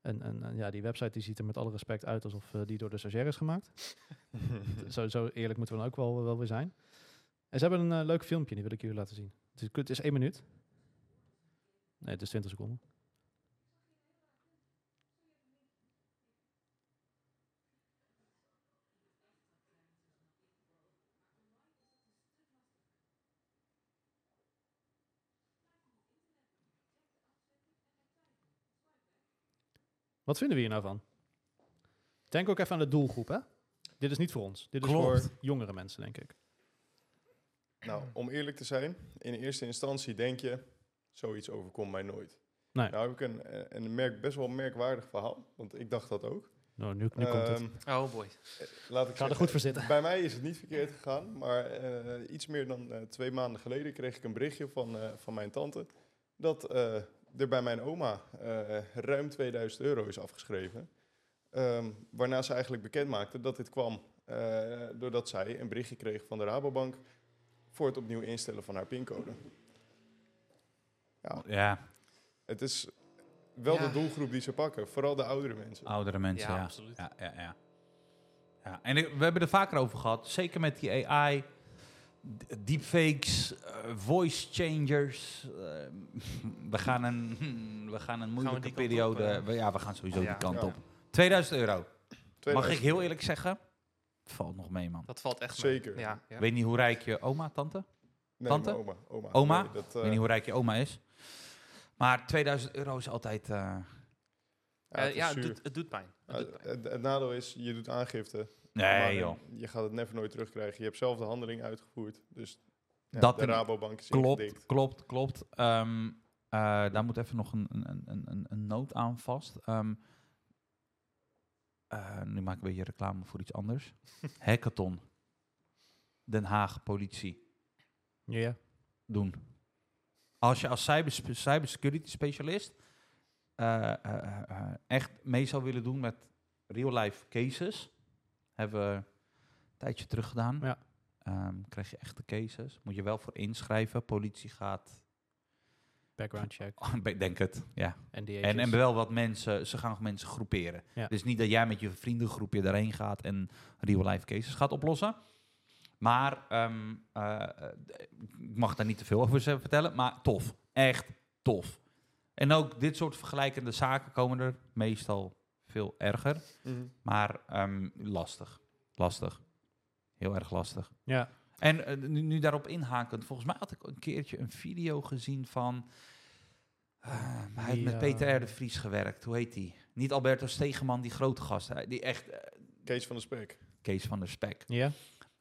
S1: een, een, een- ja, die website die ziet er met alle respect uit alsof eh, die door de stagiair is gemaakt. zo, zo eerlijk moeten we dan ook wel, wel weer zijn. En ze hebben een eh, leuk filmpje, die wil ik jullie laten zien. Het is, het is één minuut. Nee, het is 20 seconden. Wat vinden we hier nou van? Denk ook even aan de doelgroep, hè? Dit is niet voor ons. Dit is
S2: Klopt.
S1: voor jongere mensen, denk ik.
S4: Nou, om eerlijk te zijn, in eerste instantie denk je, zoiets overkomt mij nooit.
S1: Nee.
S4: Nou heb ik een, eh, een merk, best wel een merkwaardig verhaal, want ik dacht dat ook.
S1: Nou, nu, nu komt het.
S4: Ehm,
S3: Oh boy.
S4: Laat ik
S1: Ga er
S4: zeggen,
S1: goed voor zitten.
S4: Bij mij is het niet verkeerd gegaan, maar eh, iets meer dan eh, twee maanden geleden kreeg ik een berichtje van, eh, van mijn tante dat eh, er bij mijn oma eh, ruim 2000 euro is afgeschreven. Ehm, waarna ze eigenlijk bekend maakte dat dit kwam eh, doordat zij een berichtje kreeg van de Rabobank voor het opnieuw instellen van haar pincode. Ja,
S2: Ja,
S4: het is wel
S3: Ja.
S4: de doelgroep die ze pakken, vooral de oudere mensen.
S2: oudere mensen.
S3: Ja,
S2: Ja,
S3: absoluut.
S2: Ja, ja, ja. Ja, en ik- we hebben er vaker over gehad, zeker met die AI, d- deepfakes, eh, voice changers. eh, we, gaan een, we gaan een moeilijke
S3: die kant
S2: periode.
S3: op, eh?
S2: we- ja, we gaan sowieso
S3: Ja.
S2: die kant
S4: Ja.
S2: op. 2000 euro. Mag
S4: 2000.
S2: ik heel eerlijk zeggen? Valt nog mee, man.
S3: Dat valt echt mee.
S4: Zeker.
S3: Ja, ja.
S2: Weet niet hoe rijk je oma, tante?
S4: Nee,
S2: Tante?
S4: mijn oma. Oma?
S2: Oma?
S4: Nee, dat,
S2: Ik
S4: eh,
S2: weet niet hoe rijk je oma is. Maar 2000 euro is altijd... eh,
S4: ja,
S3: Eh,
S4: het is
S3: ja, het,
S4: zuur. Eh,
S3: doet, het doet pijn. Het
S4: Ja,
S3: doet pijn.
S4: het, het nadeel is, je doet aangifte. maar
S2: nee, joh.
S4: Je gaat het never nooit terugkrijgen. Je hebt zelf de handeling uitgevoerd. Dus ja,
S2: Dat
S4: de
S2: en-
S4: Rabobank is
S2: Klopt,
S4: ingedikt.
S2: klopt, klopt. Ehm, eh, daar moet even nog een, een, een- een, een, een noot aan vast. Ehm, eh, nu maak ik een beetje reclame voor iets anders. Hackathon. Den Haag politie
S1: Ja.
S2: doen. Als je als cyberspe- cybersecurity specialist eh, eh, eh, eh, echt mee zou willen doen met real-life cases, hebben we een tijdje terug gedaan.
S1: Ja.
S2: Ehm, krijg je echte cases. Moet je wel voor inschrijven. Politie gaat
S1: Background check.
S2: Oh, ik denk het, ja.
S1: En die
S2: En, en wel wat mensen, ze gaan mensen groeperen.
S1: Ja.
S2: Dus niet dat jij met je vriendengroepje daarheen gaat en real-life cases gaat oplossen. Maar ehm, eh, eh, ik mag daar niet te veel over z- vertellen, maar tof. Echt tof. En ook dit soort vergelijkende zaken komen er meestal veel erger.
S1: Mhm.
S2: Maar ehm, lastig. Lastig. Heel erg lastig.
S1: Ja.
S2: En eh, nu, nu daarop inhakend, volgens mij had ik een keertje een video gezien van. eh, hij heeft met
S1: Ja.
S2: Peter R. de Vries gewerkt. Hoe heet die? Niet Alberto Stegeman, die grote gast. Hij- Die echt eh,
S4: Kees van de Spek.
S2: Kees van der Spek.
S1: Ja.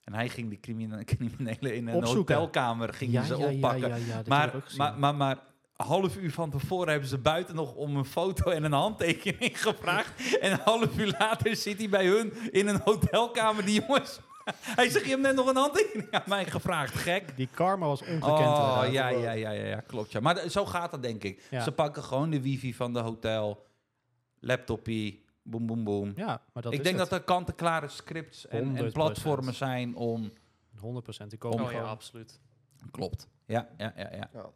S2: En hij ging die crimine- criminelen in een
S1: Opzoeken.
S2: hotelkamer ging
S1: ja,
S2: ze
S1: ja,
S2: oppakken.
S1: Ja, ja, ja, dat heb ik
S2: maar,
S1: ook gezien.
S2: maar, maar, maar een half uur van tevoren hebben ze buiten nog om een foto en een handtekening gevraagd. En een half uur later zit hij bij hun in een hotelkamer. Die jongens, hij zegt, je hebt net nog een handtekening aan mij gevraagd, gek.
S1: Die karma was ongekend.
S2: Oh,
S1: inderdaad.
S2: ja, ja, ja, ja, ja, klopt. Ja. Maar d- zo gaat dat, denk ik.
S1: Ja.
S2: Ze pakken gewoon de wifi van de hotel, laptopie, boem, boem, boem.
S1: Ja, maar dat
S2: ik
S1: is
S2: denk
S1: het.
S2: dat er kant-en-klare scripts en, en
S1: 100%.
S2: platformen zijn om...
S1: 100% die komen
S3: Oh ja,
S1: gewoon.
S3: absoluut.
S2: Klopt. Ja, ja, ja, ja.
S4: Ja.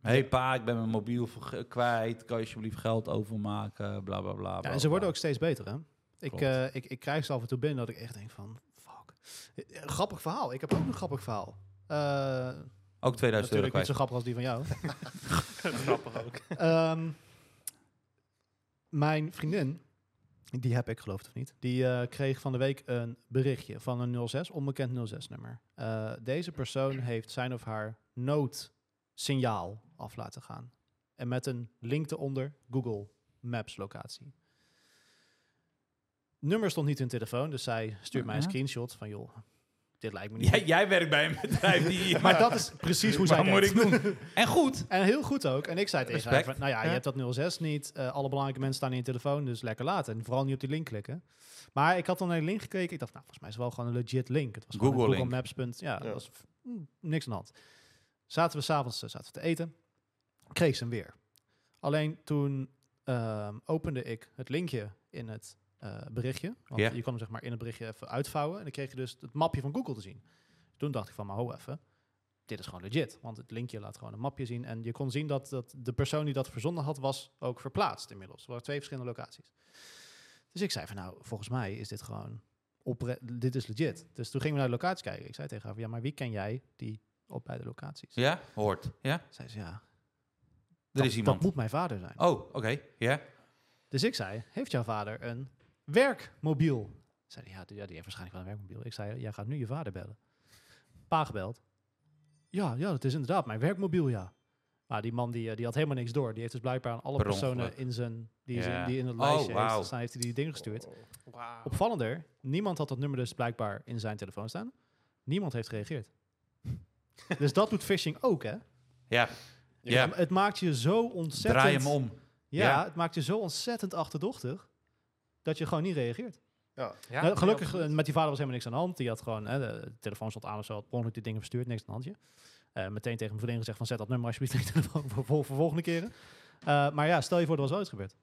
S2: Hé hey pa, ik ben mijn mobiel verge- kwijt. Kan je alsjeblieft geld overmaken? Bla bla bla.
S1: Ja, en ze worden ook steeds beter, hè? Ik,
S2: Klopt.
S1: eh, ik, ik krijg ze af en toe binnen dat ik echt denk van, fuck. Eh, eh, Grappig verhaal. Ik heb ook een grappig verhaal. Eh,
S2: ook 2000 euro
S1: natuurlijk niet
S2: kwijt.
S1: zo grappig als die van jou.
S3: Grappig ook.
S1: Ehm, mijn vriendin, die heb ik geloof het of niet, die eh, kreeg van de week een berichtje van een 06, onbekend 06-nummer. deze persoon heeft zijn of haar noodsignaal af laten gaan. En met een link eronder Google Maps locatie. Nummer stond niet in telefoon, dus zij stuurt mij een
S2: Mhm.
S1: screenshot van joh, dit lijkt me niet.
S2: Jij, jij werkt bij een bedrijf die...
S1: Maar dat is precies hoe zij
S2: Wat moet
S1: denkt.
S2: ik doen? En goed.
S1: En heel goed ook. En ik zei tegen haar,
S2: Respect.
S1: van, nou ja, je
S2: Ja.
S1: hebt dat 06 niet. Eh, alle belangrijke mensen staan in je telefoon, dus lekker laten. En vooral niet op die link klikken. Maar ik had dan naar die link gekeken. Ik dacht, nou, volgens mij is het wel gewoon een legit link. Het was gewoon een
S2: Google
S1: Google
S2: link.
S1: Maps. Punt. Ja, dat
S4: Ja.
S1: was mm, niks aan de hand. Zaten we s'avonds eh, zaten we te eten. Kreeg ze hem weer. Alleen toen ehm, opende ik het linkje in het eh, berichtje. Want
S2: Ja.
S1: je kon hem zeg maar in het berichtje even uitvouwen. En dan kreeg je dus het mapje van Google te zien. Dus Toen dacht ik van, maar ho even. Dit is gewoon legit. Want het linkje laat gewoon een mapje zien. En je kon zien dat, dat de persoon die dat verzonden had, was ook verplaatst inmiddels. Er waren twee verschillende locaties. Dus ik zei van, nou, volgens mij is dit gewoon... opre- Dit is legit. Dus toen gingen we naar de locaties kijken. Ik zei tegen haar van, ja, maar wie ken jij die op beide locaties?
S2: Ja, hoort. Ja,
S1: Zei ze, ja,
S2: er
S1: dat,
S2: is iemand.
S1: dat moet mijn vader zijn.
S2: Oh, oké. Ja.
S1: Dus ik zei, heeft jouw vader een werkmobiel? Zei hij, ja, die, ja, die heeft waarschijnlijk wel een werkmobiel. Ik zei, jij gaat nu je vader bellen. Pa gebeld. Ja, ja, dat is inderdaad mijn werkmobiel, ja. Maar die man die, eh, die had helemaal niks door. Die heeft dus blijkbaar aan alle
S2: Per
S1: personen
S2: ongeluk.
S1: in zijn, die, ze-
S2: Ja.
S1: die in het
S2: Oh,
S1: lijstje heeft
S2: wauw.
S1: staan, heeft hij die dingen gestuurd.
S4: Oh,
S3: Wauw.
S1: Opvallender, niemand had dat nummer dus blijkbaar in zijn telefoon staan. Niemand heeft gereageerd. dus dat doet phishing ook, hè?
S2: Ja, Ja.
S1: Het maakt je zo ontzettend...
S2: draai hem om.
S1: Ja,
S2: Ja.
S1: het maakt je zo ontzettend achterdochtig dat je gewoon niet reageert.
S3: Ja,
S1: Nou, gelukkig,
S3: heel goed.
S1: eh, met die vader was helemaal niks aan de hand. Die had gewoon, hè, de telefoon stond aan of zo, had per ongeluk die dingen verstuurd, niks aan de handje. Eh, meteen tegen mijn vriendin gezegd van zet dat nummer alsjeblieft in je telefoon voor, vol- voor volgende keren. Eh, maar ja, stel je voor, er was ooit gebeurd.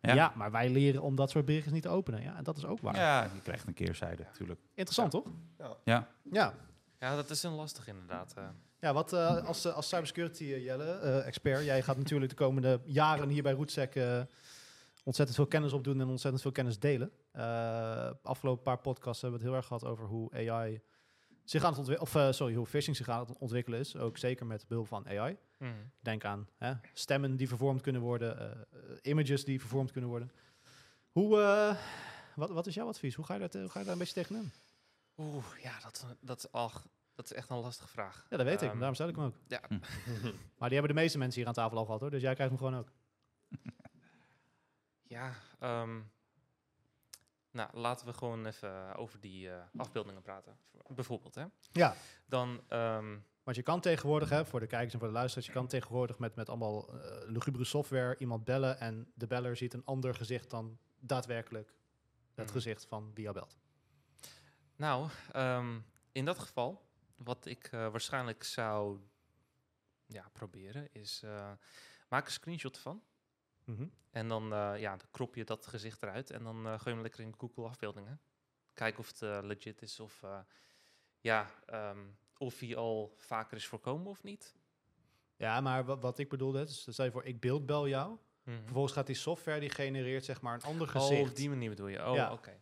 S1: Ja.
S2: Ja.
S1: maar wij leren om dat soort berichtjes niet te openen. Ja, en dat is ook waar.
S2: Ja, je krijgt een keerzijde, natuurlijk.
S1: Interessant, toch?
S4: Ja.
S2: Ja.
S1: Ja,
S4: eh,
S3: ja, dat is een lastig inderdaad. eh.
S1: ja wat eh, als, eh, als cybersecurity eh, Jelle, eh, expert, jij gaat natuurlijk de komende jaren hier bij Rootsec eh, ontzettend veel kennis opdoen en ontzettend veel kennis delen. Eh afgelopen paar podcasts hebben we het heel erg gehad over hoe AI zich aan het ontwikkelen, of eh, sorry, hoe phishing zich aan het ontwikkelen is, ook zeker met behulp van AI.
S3: Mhm.
S1: Denk aan hè, stemmen die vervormd kunnen worden, eh, eh, images die vervormd kunnen worden. Hoe, eh, wat, wat is jouw advies? Hoe ga je, dat, eh, hoe ga je daar een beetje tegenaan?
S3: Oeh, ja, dat, dat, is al, dat is echt een lastige vraag.
S1: Ja, dat weet ik,
S3: Ehm,
S1: daarom stel ik hem ook.
S3: ja.
S2: Hm.
S4: oh.
S1: Maar die hebben de meeste mensen hier aan tafel al gehad hoor, dus jij krijgt hem gewoon ook.
S3: Ja, ehm, nou, laten we gewoon even over die eh, afbeeldingen praten. Bijvoorbeeld, hè.
S1: Ja.
S3: Dan, ehm,
S1: Want je kan tegenwoordig, hè, voor de kijkers en voor de luisteraars, je kan tegenwoordig met, met allemaal eh lugubere software iemand bellen en de beller ziet een ander gezicht dan daadwerkelijk het
S3: Mhm.
S1: gezicht van wie jou belt.
S3: nou, ehm, in dat geval, wat ik eh, waarschijnlijk zou ja, proberen, is eh, maak een screenshot van. En dan, eh, ja, dan krop je dat gezicht eruit en dan eh gooi je hem lekker in Google afbeeldingen. Kijken of het eh, legit is of, eh, ja, ehm, of hij al vaker is voorkomen of niet.
S1: Ja, maar wa- wat ik bedoelde, hè, dus stel je voor, ik beeldbel jou.
S3: Mhm.
S1: Vervolgens gaat die software, die genereert zeg maar een ander
S3: Oh,
S1: gezicht.
S3: op die manier bedoel je. Oh,
S1: Ja.
S3: oké.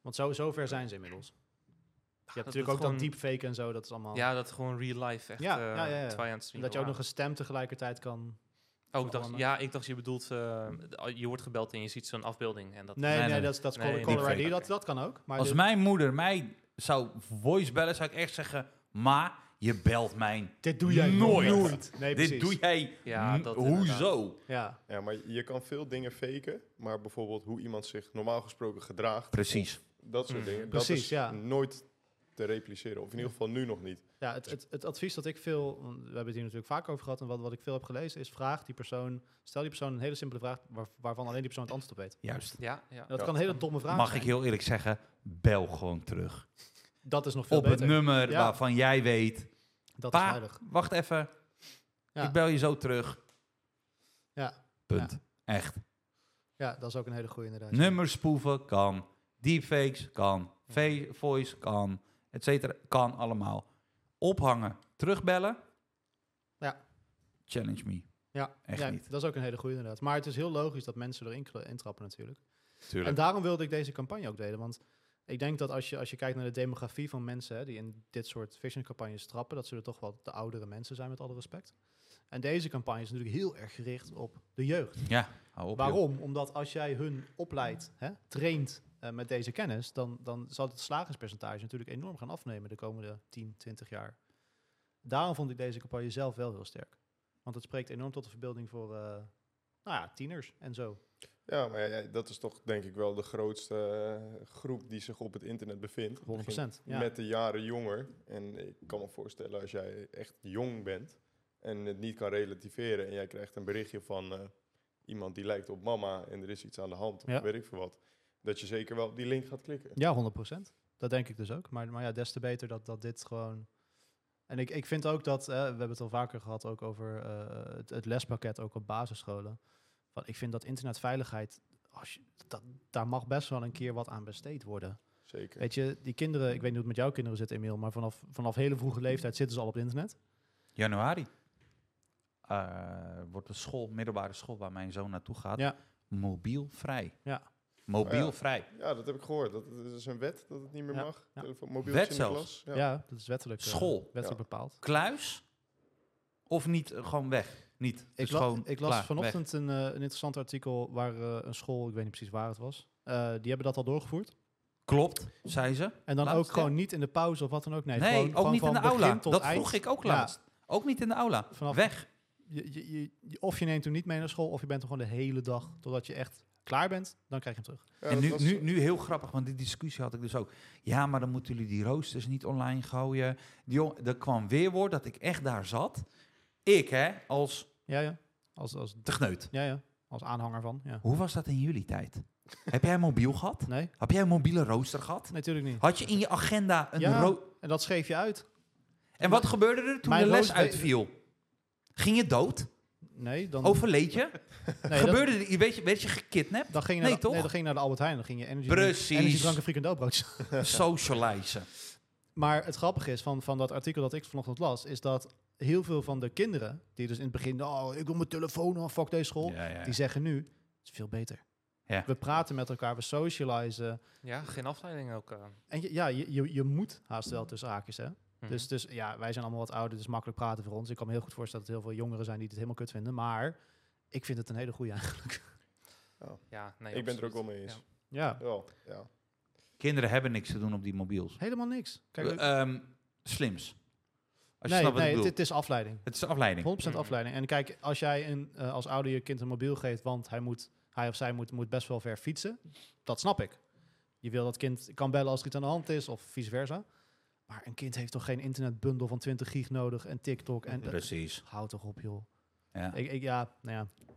S1: Want zo, zover zijn ze inmiddels. Je hebt
S3: Ah, dat
S1: natuurlijk ook
S3: het
S1: dat
S3: gewoon-
S1: deepfake en zo, dat is allemaal...
S3: Ja, dat gewoon real life echt
S1: Ja,
S3: ja,
S1: ja, ja, ja.
S3: twee aan het
S1: en
S3: streamen
S1: dat je ook nog
S3: waren.
S1: een stem tegelijkertijd kan...
S3: oh, ik dacht,
S1: veranderen.
S3: Ja, ik dacht je bedoelt, eh, d- je wordt gebeld en je ziet zo'n afbeelding. En dat
S1: Nee, nee,
S2: nee.
S1: dat is, dat is
S3: Nee,
S1: caller-
S2: nee,
S1: caller
S2: nee.
S1: ID, dat, dat kan ook. Maar
S2: Als
S1: dit,
S2: mijn moeder mij zou voice bellen, zou ik echt zeggen: Ma, je belt mij.
S1: dit doe jij
S2: nooit.
S1: nooit. Nee, precies.
S2: Dit doe jij.
S3: Ja,
S2: n-
S3: dat
S2: hoezo?
S1: Ja,
S4: Ja, maar je kan veel dingen faken, maar bijvoorbeeld hoe iemand zich normaal gesproken gedraagt,
S2: Precies.
S4: dat
S2: Mhm.
S4: soort
S3: Mm.
S4: dingen, dat
S1: Precies,
S4: is
S1: ja.
S4: nooit te repliceren. Of in ieder geval nu nog niet.
S1: ja het, het, het advies dat ik veel... want We hebben het hier natuurlijk vaak over gehad. En wat, wat ik veel heb gelezen is, vraag die persoon... Stel die persoon een hele simpele vraag waar- waarvan alleen die persoon het antwoord op weet.
S2: Juist.
S3: Ja, ja.
S1: En dat
S4: Ja.
S1: kan een hele domme vraag
S2: Mag
S1: zijn.
S2: ik heel eerlijk zeggen: bel gewoon terug.
S1: Dat is nog veel
S2: Op het
S1: beter.
S2: nummer
S1: Ja.
S2: waarvan jij weet.
S1: dat is
S2: Pa,
S1: veilig.
S2: wacht even.
S1: Ja.
S2: Ik bel je zo terug.
S1: Ja.
S2: Punt. Echt.
S1: Ja, dat is ook een hele goede inderdaad.
S2: Nummers spoeven kan. Deepfakes kan. Ve- Voice kan. Et cetera. Kan allemaal. Ophangen. Terugbellen.
S1: Ja.
S2: Challenge me.
S1: Ja,
S2: Echt
S1: ja,
S2: niet.
S1: dat is ook een hele goede inderdaad. Maar het is heel logisch dat mensen erin kla- intrappen natuurlijk.
S4: Tuurlijk.
S1: En daarom wilde ik deze campagne ook delen. Want ik denk dat als je, als je kijkt naar de demografie van mensen hè, die in dit soort phishing-campagnes trappen, dat zullen toch wel de oudere mensen zijn, met alle respect. En deze campagne is natuurlijk heel erg gericht op de jeugd.
S2: Ja. Hou op, joh.
S1: Waarom? Omdat als jij hun opleidt, hè, traint eh, met deze kennis, dan, dan zal het slagingspercentage natuurlijk enorm gaan afnemen de komende 10, 20 jaar. Daarom vond ik deze campagne zelf wel heel sterk. Want het spreekt enorm tot de verbeelding voor eh, nou ja, tieners en zo.
S4: Ja, maar ja, dat is toch denk ik wel de grootste eh, groep die zich op het internet bevindt.
S1: 100%. Ja.
S4: Met de jaren jonger. En ik kan me voorstellen als jij echt jong bent en het niet kan relativeren en jij krijgt een berichtje van eh, iemand die lijkt op mama en er is iets aan de hand of
S1: Ja.
S4: weet ik veel wat, dat je zeker wel op die link gaat klikken.
S1: Ja, 100%. Dat denk ik dus ook. Maar, maar ja, des te beter dat, dat dit gewoon. En ik, ik vind ook dat, eh, we hebben het al vaker gehad ook over eh, het, het lespakket, ook op basisscholen. Van, ik vind dat internetveiligheid, als je, dat, daar mag best wel een keer wat aan besteed worden.
S4: Zeker.
S1: Weet je, die kinderen, ik weet niet hoe het met jouw kinderen zit, Emiel, maar vanaf, vanaf hele vroege leeftijd zitten ze al op het internet.
S2: Januari. eh, wordt de school, middelbare school waar mijn zoon naartoe gaat,
S1: Ja.
S2: mobiel vrij.
S1: Ja.
S2: Mobiel
S4: Ja.
S2: vrij.
S4: Ja, dat heb ik gehoord. Dat, dat is een wet dat het niet meer
S1: Ja,
S4: mag.
S1: ja.
S4: Telefoon, mobiel
S2: Wet
S4: in de
S2: zelfs?
S4: klas.
S1: Ja,
S4: Ja. Ja.
S1: dat is wettelijk, eh,
S2: School.
S1: wettelijk
S4: Ja.
S1: bepaald.
S2: Kluis of niet eh, gewoon weg? Niet.
S1: Ik,
S2: Dus
S1: la-
S2: gewoon
S1: ik las
S2: klaar, weg.
S1: vanochtend een, eh, een interessant artikel waar eh, een school, ik weet niet precies waar het was, eh, die hebben dat al doorgevoerd.
S2: Klopt, zei ze.
S1: En dan
S2: Laatst,
S1: ook
S2: hè?
S1: gewoon niet in de pauze of wat dan ook. Nee,
S2: Nee,
S1: gewoon,
S2: ook
S1: gewoon
S2: niet in
S1: van
S2: de
S1: begin
S2: aula.
S1: tot
S2: Dat
S1: eind.
S2: vroeg ik ook
S1: Ja.
S2: laatst. Ook niet in de aula.
S1: Vanaf-
S2: weg.
S1: Je, je, je- je- of je neemt hem niet mee naar school, of je bent er gewoon de hele dag totdat je echt klaar bent, dan krijg je hem terug.
S2: en
S4: dat
S2: nu,
S4: was-
S2: nu, nu heel grappig, want die discussie had ik dus ook. Ja, maar dan moeten jullie die roosters niet online gooien. Die jong- er kwam weerwoord dat ik echt daar zat. Ik, hè, als
S1: Ja, ja. Als, als,
S2: tegneut.
S1: ja, ja. als aanhanger van. Ja.
S2: Hoe was dat in jullie tijd? Heb jij een mobiel gehad?
S1: Nee,
S2: Heb jij een mobiele rooster gehad?
S1: natuurlijk niet.
S2: Had je in je agenda een
S1: Ja.
S2: ro-
S1: En dat scheef je uit.
S2: En wat gebeurde er toen
S1: Mijn
S2: de les
S1: rooster-
S2: uitviel? Ging je dood?
S1: Nee, dan,
S2: Overleed je?
S1: nee,
S2: gebeurde er... Weet je, werd je gekidnapt?
S1: dat, dan ging je
S2: Nee,
S1: naar de,
S2: toch?
S1: nee, dan ging je naar de Albert Heijn. Dan ging je energy,
S2: Precies.
S1: energy drank en frikandelbroodjes
S2: Socializen.
S1: Maar het grappige is van, van dat artikel dat ik vanochtend las, is dat heel veel van de kinderen, die dus in het begin, oh, ik wil mijn telefoon af, fuck deze school,
S2: Ja, ja.
S1: die zeggen nu, het is veel beter.
S2: Ja.
S1: We praten met elkaar, we socializen.
S3: ja, geen afleiding ook. eh.
S1: En je, ja, je, je, je moet haast wel tussen haakjes, hè?
S3: Mhm.
S1: Dus, dus ja, wij zijn allemaal wat ouder, dus makkelijk praten voor ons. Ik kan me heel goed voorstellen dat er heel veel jongeren zijn die dit helemaal kut vinden, maar ik vind het een hele goede eigenlijk.
S3: ja, nee,
S4: ik ben er ook
S3: absoluut.
S4: wel mee eens.
S3: Ja.
S1: Ja,
S4: Wel, ja.
S2: Kinderen hebben niks te doen op die mobiels.
S1: helemaal niks. Kijk, ik-
S2: Ehm, slims. Als je
S1: nee,
S2: snapt wat
S1: nee
S2: ik
S1: het,
S2: bedoel.
S1: het is afleiding.
S2: Het is een afleiding.
S1: 100%
S3: Mm.
S1: afleiding. En kijk, als jij een, eh, als ouder je kind een mobiel geeft, want hij, moet, hij of zij moet, moet best wel ver fietsen, dat snap ik. Je wil dat kind kan bellen als er iets aan de hand is, of vice versa. Maar een kind heeft toch geen internetbundel van 20 gig nodig en TikTok en...
S2: Precies.
S1: Houd toch op, joh.
S2: Ja.
S1: Ik, ik, ja, nou ja.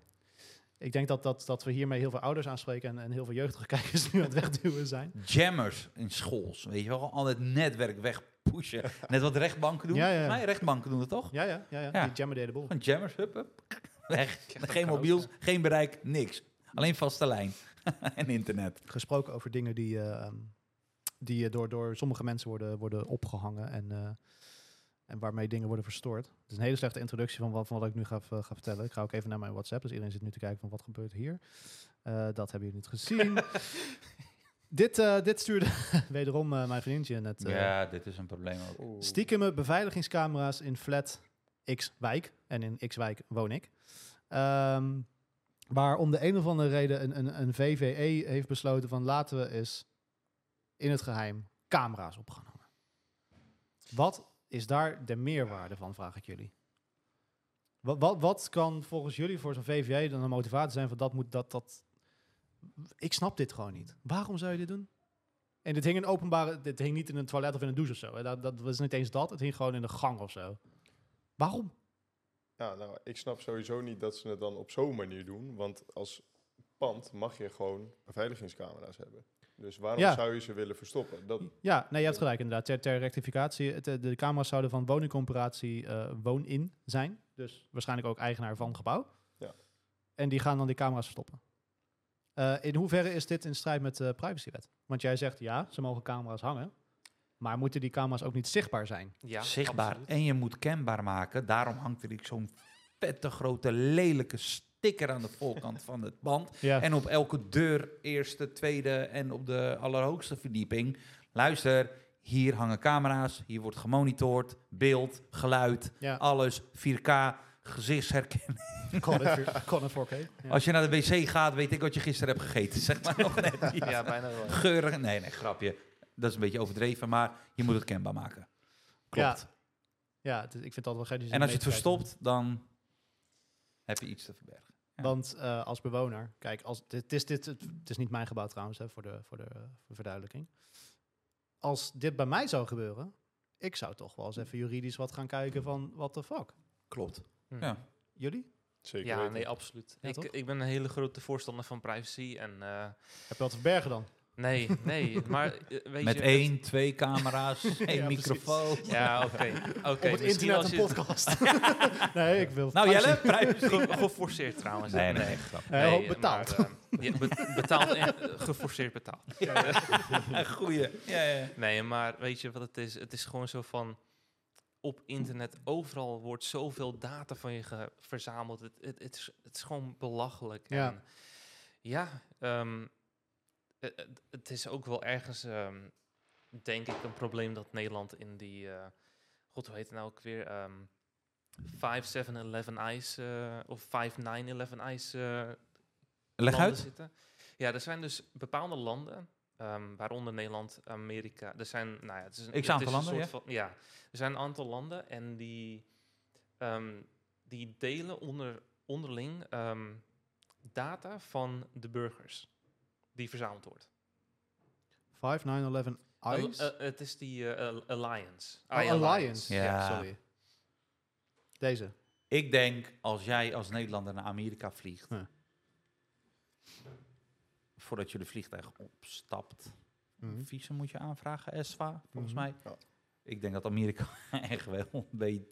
S1: Ik denk dat, dat, dat we hiermee heel veel ouders aanspreken en, en heel veel jeugdige kijkers nu aan het wegduwen zijn.
S2: Jammers in schools. Weet je wel, al het netwerk wegpushen. Net wat rechtbanken doen.
S1: Ja, ja, ja.
S2: Nee, rechtbanken doen het toch?
S1: Ja, ja, ja. ja.
S2: Ja.
S1: Die jammer deden de boel.
S2: Gewoon jammers, hup, hup. Weg.
S3: Ja, dat
S2: geen
S3: kan ook,
S2: mobiels,
S3: ja.
S2: geen bereik, niks. Alleen vaste lijn en internet.
S1: gesproken over dingen die, eh, ehm, die eh, door, door sommige mensen worden, worden opgehangen en, eh, en waarmee dingen worden verstoord. Het is een hele slechte introductie van wat, van wat ik nu ga, v- ga vertellen. Ik ga ook even naar mijn WhatsApp, dus iedereen zit nu te kijken van wat gebeurt hier. Eh, dat hebben jullie niet gezien. Dit, eh, dit stuurde wederom eh, mijn vriendje net. eh,
S2: Ja, dit is een probleem ook.
S4: Oeh.
S1: Stiekeme beveiligingscamera's in flat X-wijk. En in X-wijk woon ik. Ehm, waar om de een of andere reden een, een, een VVE heeft besloten van laten we eens in het geheim camera's op gaan hangen. Wat is daar de meerwaarde van, vraag ik jullie. Wat, wat, wat kan volgens jullie voor zo'n VVE dan een motivatie zijn van dat moet dat dat... Ik snap dit gewoon niet. Waarom zou je dit doen? En dit hing in openbare, dit hing niet in een toilet of in een douche of zo. Hè? Dat, dat was niet eens dat. Het hing gewoon in de gang of zo. Waarom?
S4: Ja, nou, ik snap sowieso niet dat ze het dan op zo'n manier doen. Want als pand mag je gewoon beveiligingscamera's hebben. Dus waarom
S1: Ja.
S4: zou je ze willen verstoppen? Dat,
S1: Ja, nee, je hebt gelijk inderdaad. Ter, ter rectificatie, het, eh, de camera's zouden van woningcoöperatie eh, Woon-in zijn. Dus waarschijnlijk ook eigenaar van het gebouw.
S4: Ja.
S1: En die gaan dan die camera's verstoppen. Eh, in hoeverre is dit in strijd met de privacywet? Want jij zegt, ja, ze mogen camera's hangen. Maar moeten die camera's ook niet zichtbaar zijn?
S3: Ja,
S2: Zichtbaar.
S3: absoluut.
S2: En je moet kenbaar maken. Daarom hangt er zo'n vette grote lelijke sticker aan de voorkant van het pand.
S1: Ja,
S2: En op elke deur, eerste, tweede en op de allerhoogste verdieping. Luister, hier hangen camera's, hier wordt gemonitord, beeld, geluid,
S1: ja.
S2: alles 4K, gezichtsherkenning.
S1: Kon het- kon het 4K. Ja.
S2: Als je naar de wc gaat, weet ik wat je gisteren hebt gegeten. Zeg maar nog net niet.
S3: Ja, bijna wel.
S2: Geurig, nee, nee, grapje. Dat is een beetje overdreven, maar je moet het kenbaar maken. Klopt.
S1: Ja, het is- ik vind dat wel gek.
S2: en als Dus je het verstopt, dan heb je iets te verbergen. Ja.
S1: Want eh, als bewoner, kijk, als, dit, is, dit, het is niet mijn gebouw trouwens, hè, voor, de, voor de eh, voor verduidelijking. Als dit bij mij zou gebeuren, ik zou toch wel eens even juridisch wat gaan kijken van, what the fuck?
S2: Klopt.
S3: Hm.
S2: Ja.
S1: Jullie?
S4: zeker
S3: ja,
S4: weten.
S2: oh,
S3: nee, absoluut.
S1: Ja,
S3: ik,
S1: toch?
S3: ik ben een hele grote voorstander van privacy. En, eh,
S1: Heb je wat te verbergen dan?
S3: nee, nee, maar eh, weet
S2: Met
S3: je...
S2: één, twee camera's, één
S1: Ja,
S2: microfoon.
S3: Ja, oké. oké,
S1: Op het
S3: misschien
S1: internet
S3: als
S1: een
S3: je-
S1: podcast. nee, ik wil...
S2: Nou Jelle,
S3: Ge-
S2: privacy.
S3: geforceerd trouwens.
S2: Nee, nee, grap.
S1: Eh, betaald.
S3: maar, eh, ja, be- betaald en eh, geforceerd betaald.
S2: Goeie. Ja, ja.
S3: Nee, maar weet je wat het is? Het is gewoon zo van... Op internet, overal wordt zoveel data van je ge- verzameld. Het, het, het, is, het is gewoon belachelijk.
S1: Ja.
S3: En ja, ehm, eh, het, het is ook wel ergens, ehm, denk ik, een probleem dat Nederland in die... eh, God, hoe heet het nou ook weer? ehm 5-7-11 Eyes eh, of 5-9-11 Eyes eh,
S2: Leg
S3: landen
S2: uit.
S3: zitten. Ja, er zijn dus bepaalde landen, ehm, waaronder Nederland, Amerika. Er zijn, nou ja, het is een,
S2: X aantal
S3: het is een
S2: landen,
S3: soort van, ja. Er zijn een aantal landen en die, ehm, die delen onder, onderling ehm, data van de burgers die verzameld wordt.
S1: 5, 9, 11,
S3: Al-
S1: Eyes?
S3: eh, het is die eh, al- Alliance.
S1: Oh, Alliance. Ja.
S2: Ja.
S1: sorry. Deze.
S2: Ik denk, als jij als Nederlander naar Amerika vliegt...
S1: Ja.
S2: voordat je de vliegtuig opstapt...
S1: Mhm.
S2: visum moet je aanvragen, ESVA, volgens
S1: Mhm.
S2: mij.
S4: Ja.
S2: Ik denk dat Amerika echt wel weet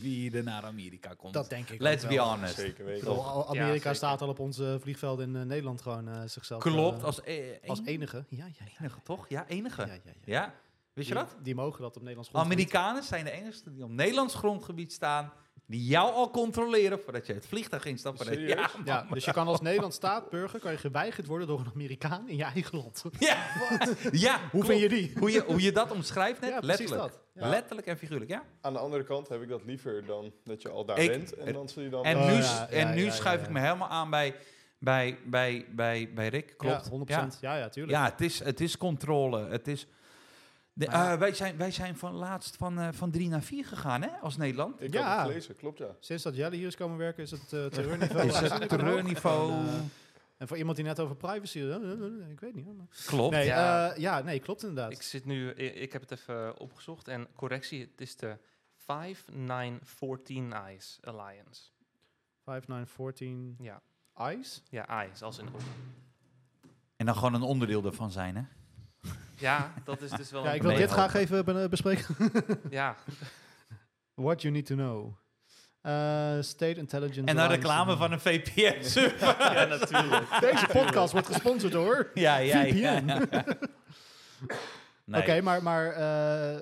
S2: wie er naar Amerika komt.
S1: Dat denk ik
S2: Let's
S1: ook
S2: be
S1: wel.
S2: honest.
S4: Zeker
S1: Ik
S4: weten.
S1: bedoel, Al- Amerika
S3: zeker.
S1: staat al op onze vliegvelden in eh, Nederland gewoon eh, zichzelf...
S2: Klopt,
S1: eh,
S2: als, e-
S1: als
S2: een-
S1: enige. Ja, ja, ja.
S2: enige, toch? Ja, enige.
S1: ja,
S2: Ja,
S1: ja, ja.
S2: wist je
S1: Die-
S2: dat? Oh,
S1: Die, mogen dat op Nederlands grondgebied.
S2: Amerikanen zijn de enigste die op Nederlands grondgebied staan, die jou al controleren voordat je het vliegtuig instapt. voordat-
S4: Serieus?
S2: Ja,
S1: Ja, dus je kan als Nederlands staatburger kan je geweigerd worden door een Amerikaan in je eigen land.
S2: ja, ja
S1: Hoe
S2: klopt.
S1: vind je die?
S2: Hoe, je, hoe je dat omschrijft net,
S1: Ja, precies
S2: letterlijk.
S1: dat. Ja.
S2: Letterlijk en figuurlijk, ja.
S4: Aan de andere kant heb ik dat liever dan dat je al daar
S2: Ik-
S4: bent. En dan zul je dan... eh,
S2: En
S1: Oh,
S2: nu,
S1: ja,
S2: s-
S1: ja,
S2: en nu
S1: ja,
S2: schuif
S1: ja,
S2: ik me helemaal aan bij, bij, bij, bij, bij Rick, klopt.
S1: Ja, 100%. Ja, ja, tuurlijk.
S2: Ja, het is, het is controle. Het is de,
S1: Maar ja.
S2: eh, wij, zijn, wij zijn van laatst van, eh, van drie naar vier gegaan, hè, als Nederland.
S4: Ik
S1: Ja.
S4: heb het gelezen, klopt ja.
S1: Sinds dat Jelle hier is komen werken is het eh, terreurniveau.
S2: Is het
S1: aanzienlijk omhoog.
S2: terreurniveau?
S1: En, eh, en voor iemand die net over privacy... eh, eh, eh, ik weet niet. hoor, maar-
S2: Klopt.
S1: Nee,
S3: Ja.
S1: eh, ja, nee, klopt inderdaad.
S3: Ik zit nu, i- ik heb het even eh, opgezocht en correctie, het is de 5914 Eyes Alliance.
S1: 5, 9, 14,
S3: Ja,
S1: eyes.
S3: ja, Eyes als in oog.
S2: En dan gewoon een onderdeel daarvan zijn, hè?
S3: Ja, dat is dus wel.
S1: Ja,
S3: een
S1: ik wil
S2: Oh, nee,
S1: dit
S2: hoor.
S1: graag even ben- eh, bespreken.
S3: probleem. Ja,
S1: What you need to know. Eh, State Intelligence
S2: En een
S1: Alliance.
S2: reclame van een VPN-server.
S3: ja, natuurlijk.
S1: Deze podcast wordt gesponsord door...
S2: ja, ja, ja.
S1: VPN.
S2: Nee.
S1: Oké, maar, maar eh,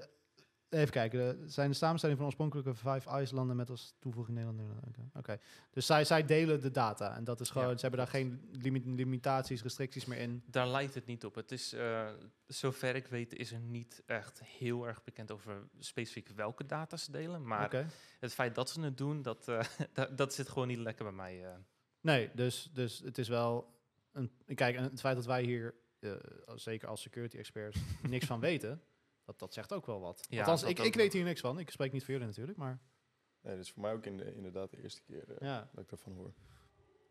S1: Even kijken, eh, zijn de samenstelling van oorspronkelijke vijf IJslanden met als toevoeging Nederland. Nederland, Oké, Oké. dus zij, zij delen de data en dat is gewoon,
S3: Ja,
S1: ze hebben daar geen limi- limitaties, restricties meer in.
S3: Daar lijkt het niet op. Het is, eh, zover ik weet, is er niet echt heel erg bekend over specifiek welke data ze delen. Maar
S1: Oké.
S3: het feit dat ze het doen, dat, eh, da- dat zit gewoon niet lekker bij mij. eh.
S1: Nee, dus, dus het is wel. Een, kijk, en het feit dat wij hier, eh, als- zeker als security experts, niks van weten, dat, dat zegt ook wel wat.
S3: Ja,
S1: Althans,
S3: dat
S1: ik,
S3: ook
S1: ik weet
S3: nog.
S1: hier niks van. Ik spreek niet voor jullie natuurlijk, maar
S4: Nee, dat is voor mij ook in de, inderdaad de eerste keer eh,
S1: ja.
S4: dat ik daarvan hoor.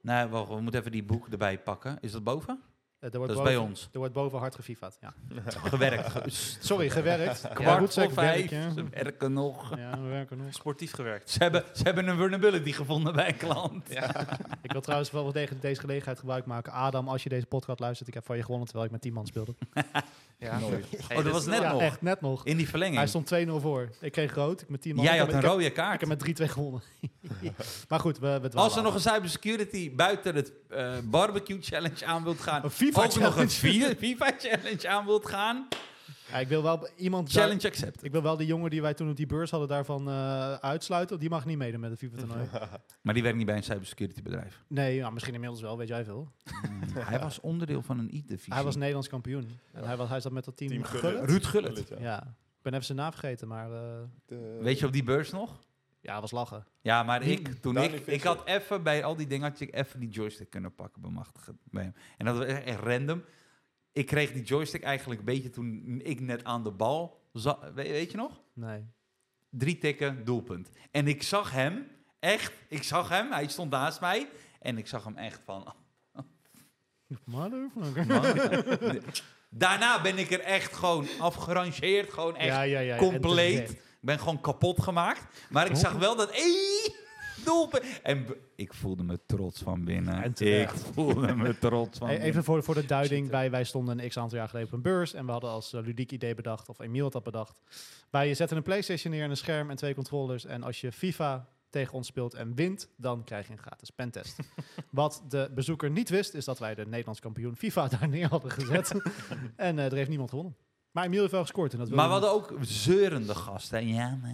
S2: Nee, Nou, wacht, we moeten even die boek erbij pakken. Is dat boven?
S1: Eh, Er
S2: Dat
S1: wordt,
S2: is bij
S1: boven,
S2: ons.
S1: er wordt boven hard gefifaat. Ja.
S2: Gewerkt. Ge-
S1: Sorry, gewerkt.
S2: Kwart
S1: moet
S2: voor
S1: zeggen, werk,
S2: vijf.
S1: ja.
S2: Ze werken nog.
S1: Ja, we werken nog.
S3: sportief gewerkt.
S2: Ze hebben, ze hebben een vulnerability gevonden bij een klant.
S1: Ik wil trouwens wel tegen deze gelegenheid gebruik maken. Adam, als je deze podcast luistert, ik heb van je gewonnen terwijl ik met 10 man speelde.
S3: Ja.
S4: Nooit.
S3: Hey, dus
S2: Oh, dat
S3: dit-
S2: was net
S1: ja,
S2: nog.
S1: echt, net nog.
S2: In die
S1: Hij
S2: verlenging.
S1: stond 2-0 voor. Ik kreeg rood, ik met 10 man.
S2: Jij
S1: ik
S2: had
S1: heb,
S2: een
S1: ik heb-
S2: rode kaart.
S1: Ik heb met 3-2 gewonnen. maar goed, we, we dwalen
S2: Als er
S1: af.
S2: nog een cybersecurity buiten het eh, barbecue challenge aan wilt gaan,
S1: Een FIFA
S2: ook nog
S1: challenge.
S2: een vi- FIFA challenge aan wilt gaan,
S1: Ja, ik wil wel iemand. daar-
S2: challenge accepted.
S1: ik wil wel die jongen die wij toen op die beurs hadden daarvan eh, uitsluiten. Die mag niet meedoen met het FIFA-toernooi.
S2: Maar die werkt niet bij een cybersecurity bedrijf.
S1: Nee, nou, misschien inmiddels wel, weet jij veel.
S2: hij was onderdeel van een IT-divisie.
S1: Hij was Nederlands kampioen. En hij, was, hij zat met dat team.
S4: Team
S1: Gullit.
S4: Gullit.
S2: Ruud Gullit.
S4: Gullit, ja.
S1: Ja, ik ben even zijn naam vergeten, maar eh,
S4: De-
S2: Weet je op die beurs nog?
S1: ja, was lachen.
S2: Ja, maar ik, toen
S4: Dani
S2: ik, ik
S4: Visser.
S2: had even bij al die dingen, had ik even die joystick kunnen pakken, bemachtigen bij hem. En dat was echt echt random. Ik kreeg die joystick eigenlijk een beetje toen ik net aan de bal zat. We- weet je nog?
S1: Nee.
S2: Drie tikken, doelpunt. En ik zag hem, echt, ik zag hem, hij stond naast mij. En ik zag hem echt van,
S1: Motherfucker.
S2: Man. Daarna ben ik er echt gewoon afgerangeerd. Gewoon echt
S1: ja, ja.
S2: compleet.
S1: en
S2: Ik ben gewoon kapot gemaakt. Maar ik
S1: Oh.
S2: zag wel dat één doelpunt. En b- ik voelde me trots van binnen.
S1: En
S2: ik
S1: terecht.
S2: voelde me trots van
S1: Hey,
S2: binnen.
S1: E-, Even voor, voor de duiding,
S2: Cheaten.
S1: wij, wij stonden een x aantal jaar geleden op een beurs en we hadden als eh, ludiek idee bedacht, of Emiel had dat bedacht. Wij zetten een Playstation neer en een scherm en twee controllers en als je FIFA tegen ons speelt en wint, dan krijg je een gratis pentest. Wat de bezoeker niet wist, is dat wij de Nederlands kampioen FIFA daar neer hadden gezet. en eh, er heeft niemand gewonnen. Maar Emiel heeft wel gescoord en dat wilde
S2: Maar we hadden ook zeurende gasten. Ja, maar,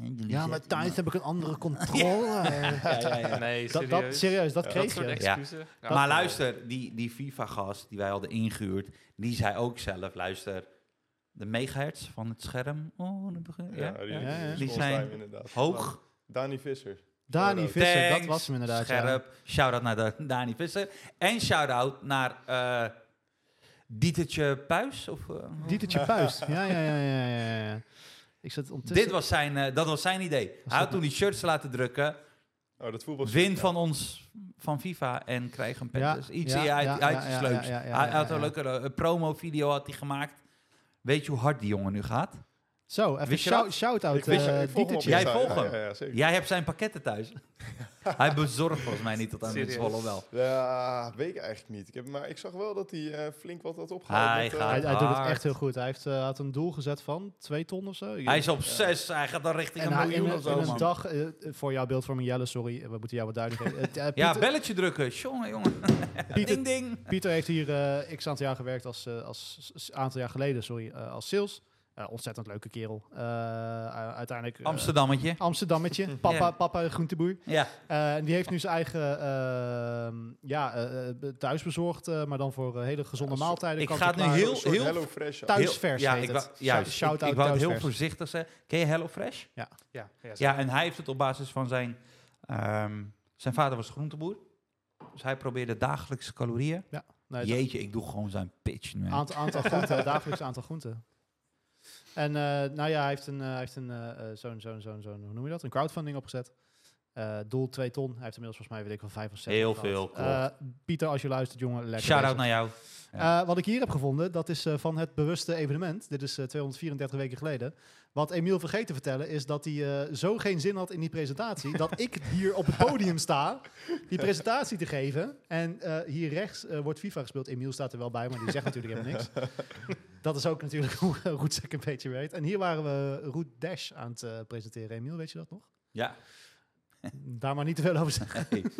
S2: jullie
S1: Ja, maar
S2: zetten-
S1: thuis heb ik een andere controle.
S2: Ja, ja, ja.
S3: Nee,
S1: Dat,
S3: serieus.
S1: dat, serieus, dat
S4: Ja,
S1: kreeg
S3: soort
S1: je.
S2: Ja.
S3: excuses. Ja.
S2: maar luister, die, die FIFA-gast die wij hadden ingehuurd, die zei ook zelf, luister, de megahertz van het scherm, oh, dat begin, ja,
S4: die,
S1: ja,
S2: ja.
S1: ja.
S4: die
S2: Die
S4: volgens mij
S2: zijn
S4: inderdaad.
S2: hoog.
S4: Dani Visser.
S1: Dani
S4: Thanks.
S1: Visser, dat
S2: Thanks.
S1: was hem inderdaad. ja.
S2: Scherp. Shout-out naar Da- Dani Visser. En shout-out naar eh Dietertje Puis. Of, eh,
S1: Dietertje Puist. Ja, ja, ja, ja, ja, ja. Ik zat ondertussen...
S2: Dit was zijn, eh, dat was zijn idee.
S1: dat
S2: Hij had
S1: nou?
S2: toen die shirts laten drukken.
S4: Oh, dat voetbal.
S2: Win van ons, van FIFA. En krijg een pentest. Iets
S1: ja,
S2: hij hij
S1: ja,
S2: had
S1: ja, ja,
S2: iets leuks.
S1: ja, ja, ja,
S2: Hij
S1: ja,
S2: had
S1: ja.
S2: een leuke eh, promo-video had hij gemaakt. Weet je hoe hard die jongen nu gaat?
S1: Zo, even
S2: Wist je
S1: shou-
S2: dat?
S1: shout-out
S4: Ik, wist-
S1: eh,
S4: ik volg hem op
S1: Dietertje.
S2: Jij
S4: Insta,
S2: volgt
S4: ja,
S2: hem?
S4: Ja, ja, zeker.
S2: Jij hebt zijn pakketten thuis. hij bezorgt volgens mij niet tot aan het
S3: Serieus?
S2: Zwolle wel.
S4: Ja, weet ik eigenlijk niet. Ik heb, maar ik zag wel dat hij eh, flink wat had opgehaald.
S2: Hij
S4: met, eh,
S2: gaat-
S1: Hij, hij doet het
S2: Hard.
S1: echt heel goed. Hij heeft, eh, had een doel gezet van twee ton of zo.
S2: Hij is op zes. Hij gaat dan richting
S1: en
S2: een
S1: hij- in,
S2: miljoen
S1: een-
S2: of zo,
S1: in een
S2: man.
S1: dag, eh, voor jouw beeldvorming, Jelle, sorry, we moeten jou wat duiding geven. Eh, eh,
S2: Ja,
S1: Pieter,
S2: belletje drukken. Jongen, jongen.
S1: Pieter,
S2: Ding, ding.
S1: Pieter heeft hier eh x aantal jaar gewerkt als, eh, als s- aantal jaar geleden, sorry, eh, als sales. Eh, ontzettend leuke kerel. Eh, u- uiteindelijk eh,
S2: Amsterdammetje.
S1: Amsterdammetje. Papa,
S2: Ja.
S1: papa groenteboer.
S2: Ja.
S1: Eh, en die heeft nu zijn eigen ehm, ja, eh, eh, thuisbezorgd, eh, maar dan voor eh, hele gezonde
S4: Ja, zo-
S1: maaltijden.
S2: ik
S1: kant
S2: ga het nu
S1: en klaar.
S2: heel-
S4: een soort
S2: heel
S4: Hello Fresh.
S1: Thuis-
S2: Heel-
S1: vers
S2: ja,
S1: heet
S2: ik
S1: het.
S2: wou- juist,
S1: Shout-
S2: ik,
S1: shout-out
S2: ik wou het heel
S1: thuisvers.
S2: voorzichtig zeggen. Ken je HelloFresh?
S3: Ja, ja,
S2: Ja, en hij heeft het op basis van zijn... ehm, zijn vader was groenteboer. Dus hij probeerde dagelijkse calorieën.
S1: Nee, dat-
S2: Jeetje, ik doe gewoon zijn pitch nu. hè.
S1: Aant- aantal groenten, dagelijks aantal groenten. En eh, nou ja, hij heeft, een, eh, hij heeft een, eh, eh, zo'n, zo'n, zo'n, zo'n, hoe noem je dat? Een crowdfunding opgezet. Eh, doel 2 ton. Hij heeft inmiddels volgens mij, weet ik wel, 5 of 6.
S2: Heel veel,
S1: Pieter, als je luistert, jongen, lekker
S2: Shout-out
S1: bezig.
S2: naar jou.
S1: Eh, wat ik hier heb gevonden, dat is eh, van het bewuste evenement. Dit is eh, 234 weken geleden. Wat Emiel vergeten te vertellen is dat hij eh, zo geen zin had in die presentatie... dat ik hier op het podium sta die presentatie te geven. En eh, hier rechts eh, wordt FIFA gespeeld. Emiel staat er wel bij, maar die zegt natuurlijk helemaal niks. Dat is ook natuurlijk hoe eh, Roetzak een beetje weet. En hier waren we Roet Dash aan het eh, presenteren. Emiel, weet je dat nog?
S2: Ja.
S1: Daar maar niet te veel over zeggen.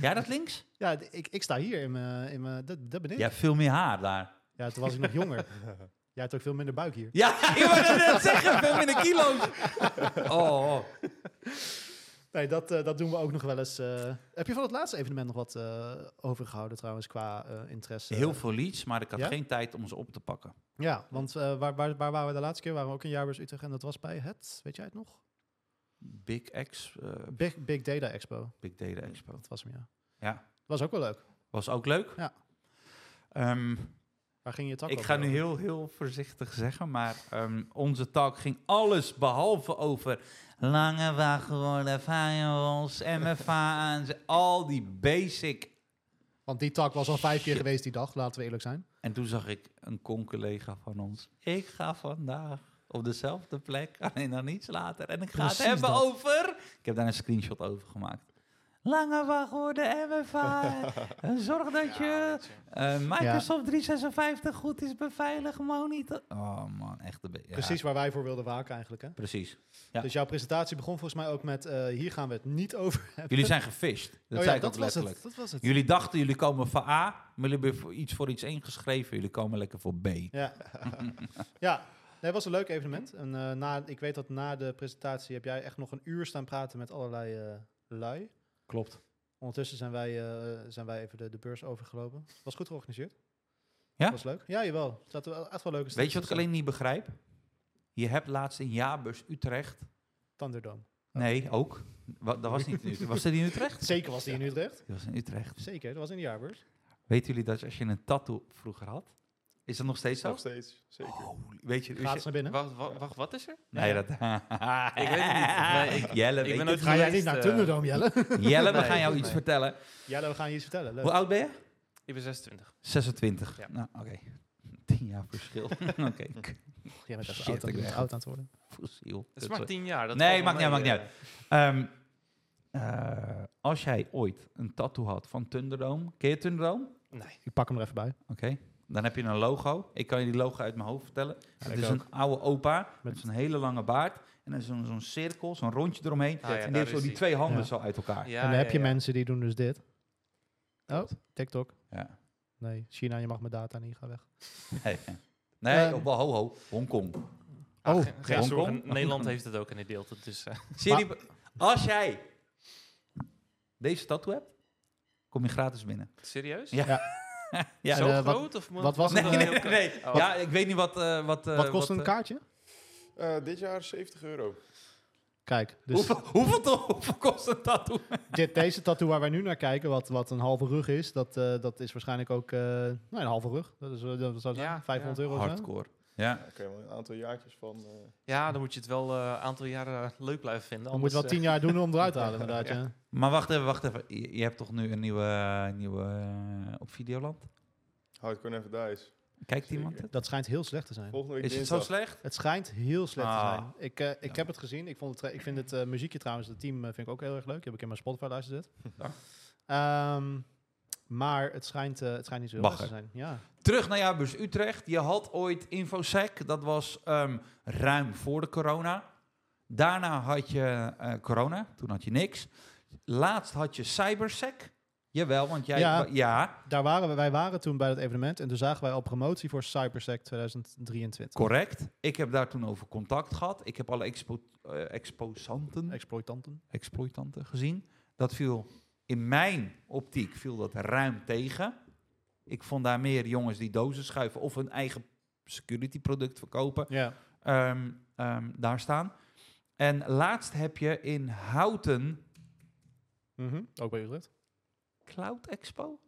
S2: ja, dat links?
S1: Ja, d- ik, ik sta hier in mijn... in mijn- Dat dat ben ik.
S2: Ja, veel meer haar daar.
S1: Ja, toen was ik nog jonger. Jij hebt ook veel minder buik hier.
S2: Ja, ik wou dat net zeggen, veel minder kilo's. Oh, oh.
S1: Nee, dat, eh, dat doen we ook nog wel eens. eh. heb je van het laatste evenement nog wat eh, overgehouden trouwens qua eh, interesse?
S2: heel veel leads, maar ik had
S1: Ja?
S2: geen tijd om ze op te pakken.
S1: Ja, want eh, waar, waar, waar waren we de laatste keer? Waren we ook in Jaarbeurs Utrecht en dat was bij het, weet jij het nog?
S2: Big X, eh,
S1: Big, Big Data Expo.
S2: Big Data Expo.
S1: Dat was hem, ja.
S2: Ja.
S1: Was ook wel leuk.
S2: Was ook leuk.
S1: Ja.
S2: Ehm,
S1: Waar ging je tak
S2: ik
S1: over
S2: ga nu
S1: lopen?
S2: heel, heel voorzichtig zeggen, maar ehm, onze talk ging alles behalve over lange wachtwoorden, firewalls, MFA en ze- al die basic.
S1: Want die tak was al vijf keer
S2: Shit.
S1: geweest die dag, laten we eerlijk zijn.
S2: En toen zag ik een con-collega van ons. Ik ga vandaag op dezelfde plek, alleen dan iets later. En ik ga
S1: Precies
S2: het hebben
S1: dat.
S2: over... Ik heb daar een screenshot over gemaakt. Lange wachtwoorden, MFA. eh, Zorg dat je...
S3: weet je.
S2: Eh, Microsoft 356 goed is beveiligd monitor. Oh man, echt de be- ja,
S1: Precies waar wij voor wilden waken eigenlijk, hè?
S2: Precies. Ja.
S1: Dus jouw presentatie begon volgens mij ook met, eh, hier gaan we het niet over hebben.
S2: Jullie zijn gefisht. Dat
S1: Oh ja,
S2: zei ik
S1: dat was
S2: ook letterlijk.
S1: het. Dat was het.
S2: Jullie dachten, jullie komen voor A, maar jullie hebben voor iets voor iets ingeschreven. Jullie komen lekker voor B.
S1: Ja. ja. Nee, het was een leuk evenement. En, eh, na, ik weet dat na de presentatie heb jij echt nog een uur staan praten met allerlei eh, lui.
S2: Klopt.
S1: Ondertussen zijn wij, eh, zijn wij even de, de beurs overgelopen. Was goed georganiseerd.
S2: Ja?
S1: Was leuk. Ja, jawel. Er zaten wel echt wel leuke
S2: Weet je wat ik
S1: standjes
S2: alleen niet begrijp? Je hebt laatst in Jaarbus Utrecht.
S1: in. Thunderdome.
S2: Nee, ook. Wa- dat was niet in Utrecht. Was dat in Utrecht?
S1: Zeker was die in Utrecht.
S2: Dat was in Utrecht.
S1: Zeker, dat was in de jaarbeurs.
S2: Weten jullie dat als je een tattoo vroeger had? Is dat nog steeds zo?
S4: Nog steeds, zeker.
S2: Holy- weet je,
S1: Gaat naar binnen.
S3: Wacht, wa- wacht, wat is er?
S2: Nee, dat...
S3: Ik weet het niet. Nee, ik-
S2: Jelle,
S3: ik
S2: weet
S3: ben
S2: het.
S3: ook-
S1: Ga jij
S3: geweest,
S1: niet naar
S3: eh,
S1: Thunderdome, Jelle?
S2: Jelle, we
S3: Nee,
S2: gaan jou
S3: nee.
S2: iets vertellen.
S1: Jelle, we gaan je iets vertellen. Leuk.
S2: Hoe oud ben je?
S3: Ik ben 26.
S2: 26.
S3: Ja.
S2: Nou, oké. 10 jaar verschil. oké, k-
S1: Jij bent echt
S2: Shit,
S1: oud, aan-
S2: ik
S1: je bent
S2: ben
S1: oud aan het worden.
S2: fossiel.
S3: Het is maar 10 jaar. Dat
S2: Nee,
S3: valt wel
S2: maakt niet uit,
S3: mee,
S2: maakt Ehm, eh, als jij ooit een tattoo had van Thunderdome, ken je Thunderdome? Oké,
S3: eh, Nee.
S1: Ik pak hem er even bij.
S2: dan heb je een logo. Ik kan je die logo uit mijn hoofd vertellen.
S1: ik
S2: het is
S1: ook.
S2: dus een oude opa met,
S1: Met-
S2: zo'n hele lange baard en dan zo'n zo'n cirkel, zo'n rondje eromheen.
S3: Ah, ja,
S2: en
S3: daar
S2: die heeft zo
S3: is
S2: die
S3: die.
S2: twee handen
S1: Ja.
S2: zo uit elkaar.
S3: Ja,
S1: en dan
S3: ja,
S1: heb je
S3: ja.
S1: mensen die doen dus dit. Oh, TikTok.
S2: Ja.
S1: Nee, China, je mag mijn data niet, ga weg.
S2: Nee, nee
S1: Ehm.
S2: op, ho, ho, Hongkong.
S3: Ah,
S1: Oh,
S3: geen- geen
S2: Hongkong?
S3: zorgen.
S2: Hongkong.
S3: Nederland heeft het ook in dit deel. Dus, eh,
S2: Zie je die- als jij deze tattoo hebt, kom je gratis binnen.
S3: serieus?
S2: Ja. Ja,
S3: Ja, zo
S1: en, eh, wat-
S3: groot? of moet-
S1: wat was
S2: nee,
S1: het,
S3: moet
S1: eh,
S2: nee,
S3: het
S2: nee.
S3: heel klein-
S2: nee.
S3: Oh.
S2: Ja, ik weet niet wat... eh, wat, eh,
S1: Wat kost een
S2: eh,
S1: kaartje?
S4: Eh, dit jaar 70 euro.
S1: Kijk, dus
S2: hoeveel, hoeveel, to- hoeveel kost een tattoo?
S1: dit, deze tattoo waar wij nu naar kijken, wat, wat een halve rug is, dat, eh, dat is waarschijnlijk ook eh, nou, een halve rug. Dat, is, eh, dat zou zijn,
S3: Ja,
S1: 500
S3: ja.
S1: euro. of zo.
S2: Ja.
S4: Daar kun je wel een aantal jaartjes van. eh,
S3: Ja, dan moet je het wel een aantal jaren eh, leuk blijven vinden.
S1: Dan moet je wel
S3: anders,
S1: tien
S3: eh,
S1: jaar doen om eruit te halen, inderdaad. ja.
S2: Maar wacht even, wacht even. Je, je hebt toch nu een nieuwe... nieuwe eh, op Videoland?
S4: Hardcore Never Dies.
S2: Kijkt
S4: Zeker.
S2: iemand het?
S1: Dat schijnt heel slecht te zijn.
S4: Volgende week
S2: Is het zo
S4: dinsdag.
S2: slecht?
S1: Het schijnt heel slecht te
S2: Ah.
S1: zijn. Ik, eh, ik
S2: Jammer.
S1: heb het gezien. Ik, vond het, tra- ik vind het eh, muziekje trouwens, het team eh, vind ik ook heel erg leuk. Die heb ik in mijn Spotify luisterd.
S2: Ja.
S1: Ehm, maar het schijnt, eh, het schijnt niet zo heel erg te
S2: Bagger.
S1: zijn. Ja.
S2: Terug naar Jaarbeurs Utrecht. Je had ooit InfoSec. Dat was ehm, ruim voor de corona. Daarna had je eh, corona. Toen had je niks. Laatst had je CyberSec. Jawel, want jij...
S1: Ja.
S2: wa- ja
S1: Daar waren we, wij waren toen bij dat evenement en toen zagen wij al promotie voor CyberSec 2023.
S2: correct. Ik heb daar toen over contact gehad. Ik heb alle expo eh, exposanten,
S1: Exploitanten.
S2: exploitanten gezien. Dat viel in mijn optiek viel dat ruim tegen. Ik vond daar meer jongens die dozen schuiven of hun eigen security product verkopen.
S1: Ja.
S2: ehm, ehm, daar staan. En laatst heb je in Houten
S1: Mhm. Ook bij Utrecht.
S2: Cloud Expo.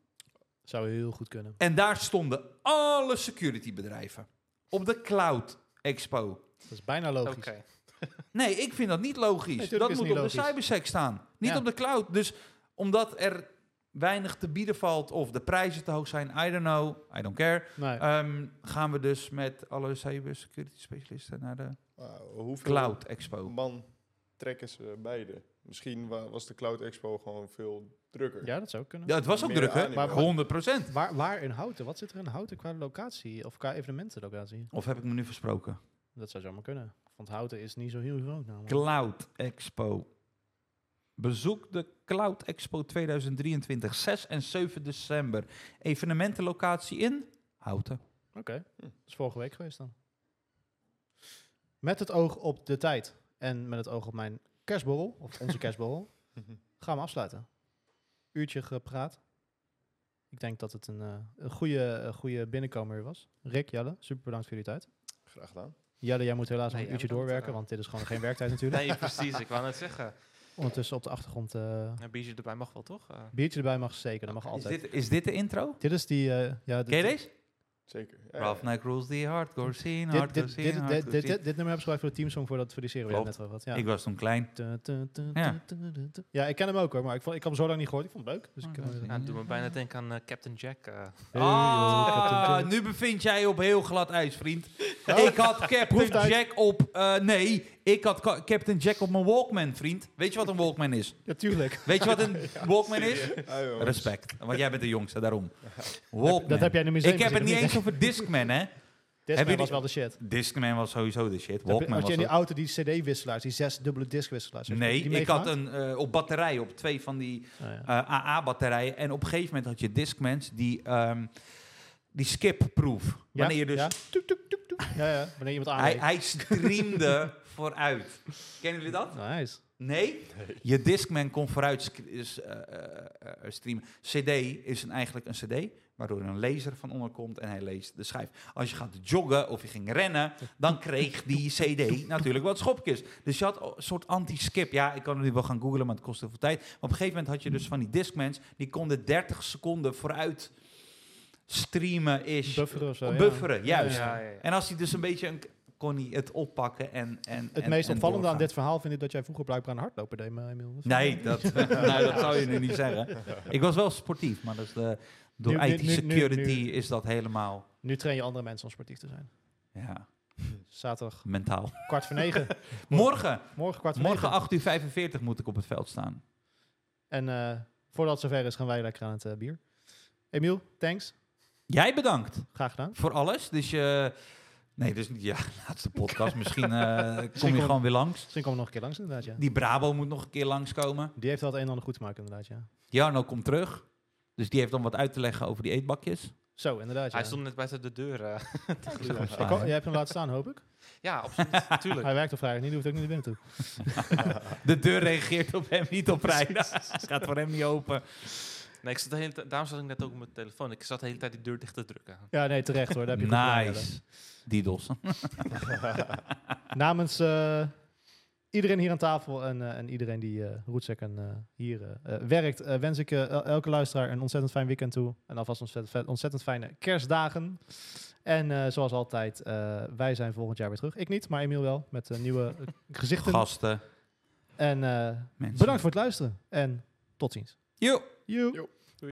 S1: Zou heel goed kunnen.
S2: En daar stonden alle security bedrijven. Op de Cloud Expo.
S1: Dat is bijna logisch.
S3: eh, Oké.
S2: Nee, ik vind dat niet logisch.
S1: Nee, tuurlijk
S2: dat
S1: is
S2: moet
S1: het
S2: op
S1: niet
S2: de
S1: logisch.
S2: cybersec staan. Niet
S1: Ja.
S2: op de cloud. Dus omdat er weinig te bieden valt of de prijzen te hoog zijn, I don't know, I don't care.
S1: Nee.
S2: ehm, gaan we dus met alle cybersecurity specialisten naar de
S4: Maar Nou, hoeveel
S2: Cloud Expo.
S4: man trekken ze beide? Misschien wa- was de Cloud Expo gewoon veel drukker.
S1: ja, dat zou kunnen.
S2: Ja, het was ook
S4: Meer
S2: druk, hè?
S4: animo.
S1: Maar-
S2: 100 procent.
S1: Waar, waar in Houten? Wat zit er in Houten qua locatie of qua evenementenlocatie?
S2: Of heb ik me nu versproken?
S1: Dat zou zomaar kunnen. Want Houten is niet zo heel groot namelijk.
S2: Cloud Expo. Bezoek de Cloud Expo 2023, 6 en 7 december. Evenementenlocatie in Houten.
S1: Dat is vorige week geweest dan. Met het oog op de tijd en met het oog op mijn kerstborrel, of onze kerstborrel, gaan we afsluiten. Uurtje gepraat. Ik denk dat het een, eh, een goede, een goede binnenkomer weer was. Rick, Jelle, super bedankt voor jullie tijd.
S4: Graag gedaan.
S1: Jelle, jij moet helaas nog
S3: Nee,
S1: een
S3: ja,
S1: uurtje
S3: bedankt,
S1: doorwerken,
S3: eh.
S1: want dit is gewoon geen werktijd natuurlijk.
S3: Nee, precies. Ik wou net zeggen.
S1: Ondertussen op de achtergrond eh,
S3: Een biertje erbij mag wel, toch? Eh,
S1: biertje erbij mag zeker, dat mag
S2: Is
S1: altijd. Dit,
S2: dit, is dit de intro?
S1: is die... eh, ja,
S2: Ken
S1: dit, dit,
S2: je deze?
S4: Zeker. Ja,
S2: Ralph Night Rules the Hardcore Scene,
S1: dit, dit,
S2: Hardcore
S1: dit,
S2: Scene,
S1: dit-
S2: hardcore
S1: dit-
S2: scene.
S1: dit nummer hebben ze gebruikt voor de teamsong voor, dat, voor die serie. waar je
S2: Klopt.
S1: Net over had. ja.
S2: Ik was toen klein.
S1: Tu, tu, tu,
S2: Ja.
S1: tu, tu, tu, tu. Ja, ik ken hem ook hoor, maar ik, vond, ik had hem zo lang niet gehoord. Ik vond hem leuk. Dus ik heb
S2: Oh, dat
S1: hem-
S2: is
S3: ja, doe me bijna denken aan eh, Captain Jack. eh.
S1: Hey, yo, Captain
S2: Ah,
S1: Jack.
S2: nu bevind jij op heel glad ijs, vriend.
S1: Nou,
S2: Ik had Captain
S1: proeftijd.
S2: Jack op... eh, nee, ik had Ka- Captain Jack op mijn Walkman, vriend. Weet je wat een Walkman is?
S1: Ja, tuurlijk.
S2: Weet je wat een Walkman is?
S4: Ah, jongens.
S2: Respect, want jij bent de jongste, daarom.
S1: Dat,
S2: Walkman.
S1: heb jij in de museum
S2: ik heb het niet
S1: gezien,
S2: eens over Discman, hè.
S1: Discman
S2: Hebben
S1: nou was
S2: jullie-
S1: wel de shit.
S2: Discman was sowieso de shit.
S1: Had
S2: Walkman
S1: je in
S2: was
S1: die
S2: ook-
S1: auto die cd-wisselaars, die zes dubbele diskwisselaars? heb je
S2: Nee,
S1: die
S2: ik had
S1: meegemaakt?
S2: een eh, op batterij, op twee van die
S1: Oh, ja.
S2: eh, AA-batterijen. En op een gegeven moment had je Discmans die, ehm die skip-proof. Wanneer je dus...
S1: Ja, Ah, Toep, toep, toep, toep. ja, ja, wanneer iemand
S2: Hij,
S1: aanrijdt.
S2: hij streamde vooruit. Kennen jullie dat?
S1: Nice.
S2: Nee? Je Discman kon vooruit sc- is, eh, eh, eh, streamen. CD is een, eigenlijk een CD waardoor er een laser van onder komt en hij leest de schijf. Als je gaat joggen of je ging rennen, dan kreeg die CD natuurlijk wat schopjes. Dus je had o- een soort anti-skip. Ja, ik kan het nu wel gaan googlen, maar het kost heel veel tijd. Maar op een gegeven moment had je dus van die Discmans, die konden 30 seconden vooruit streamen is
S1: Bufferen of zo, ja.
S2: Bufferen, juist.
S1: Ja,
S2: En als hij dus een beetje een, kon hij het oppakken en. en
S1: Het
S2: en-
S1: meest
S2: en
S1: opvallende aan
S2: doorgaan.
S1: dit verhaal vind ik dat jij vroeger blijkbaar aan hardlopen deed, maar Emiel. Dat
S2: Nee, dat, nou, dat zou je nu niet zeggen. Ik was wel sportief, maar dat is de, door
S1: Nu- nu-
S2: IT
S1: nu- nu-
S2: security
S1: nu-
S2: is dat helemaal
S1: Nu train je andere mensen om sportief te zijn.
S2: ja,
S1: Zaterdag
S2: mentaal.
S1: kwart voor negen.
S2: Morgen,
S1: Morgen kwart voor
S2: morgen
S1: negen.
S2: 8 uur 45 moet ik op het veld staan.
S1: En eh, voordat het zover is, gaan wij lekker aan het eh, bier. Emiel, thanks.
S2: Jij bedankt
S1: Graag gedaan.
S2: voor alles. Dus je. Nee, dus niet. Ja, laatste podcast. Misschien eh, kom je
S1: kom-
S2: gewoon weer langs.
S1: Misschien komen we nog een keer langs inderdaad, ja.
S2: Die Brabo moet nog een keer langskomen.
S1: Die heeft wel het een en ander goed te maken inderdaad, ja.
S2: Jarno komt terug. Dus die heeft dan wat uit te leggen over die eetbakjes.
S1: Zo, inderdaad, ja.
S3: Hij stond net buiten de deur. eh, te
S2: Ik zag
S3: gluren.
S2: hem
S1: Ik
S2: staan,
S1: ho-
S2: hè.
S1: jij hebt hem laten staan, hoop ik.
S3: Ja, absoluut. Tuurlijk.
S1: Hij werkt op vrijdag niet, die hoeft ook niet naar binnen toe.
S2: De deur reageert op hem niet op vrijdag. Het gaat voor hem niet open.
S3: Nee, ik zat de hele tijd- daarom zat ik net ook op mijn telefoon. Ik zat de hele tijd die deur dicht te drukken.
S1: Ja, nee, terecht hoor. Daar heb je goed gedaan, Jelle.
S2: Nice. Didos.
S1: Namens eh, iedereen hier aan tafel en, eh, en iedereen die eh Roetzek en eh, hier eh, eh, werkt, eh, wens ik eh, el- elke luisteraar een ontzettend fijn weekend toe. En alvast ontzettend, fe- ontzettend fijne kerstdagen. En eh, zoals altijd, eh, wij zijn volgend jaar weer terug. Ik niet, maar Emiel wel, met eh, nieuwe eh, gezichten.
S2: Gasten.
S1: En eh,
S2: Mensen.
S1: bedankt voor het luisteren en tot ziens.
S2: Joep.
S1: Joe.
S4: Joep.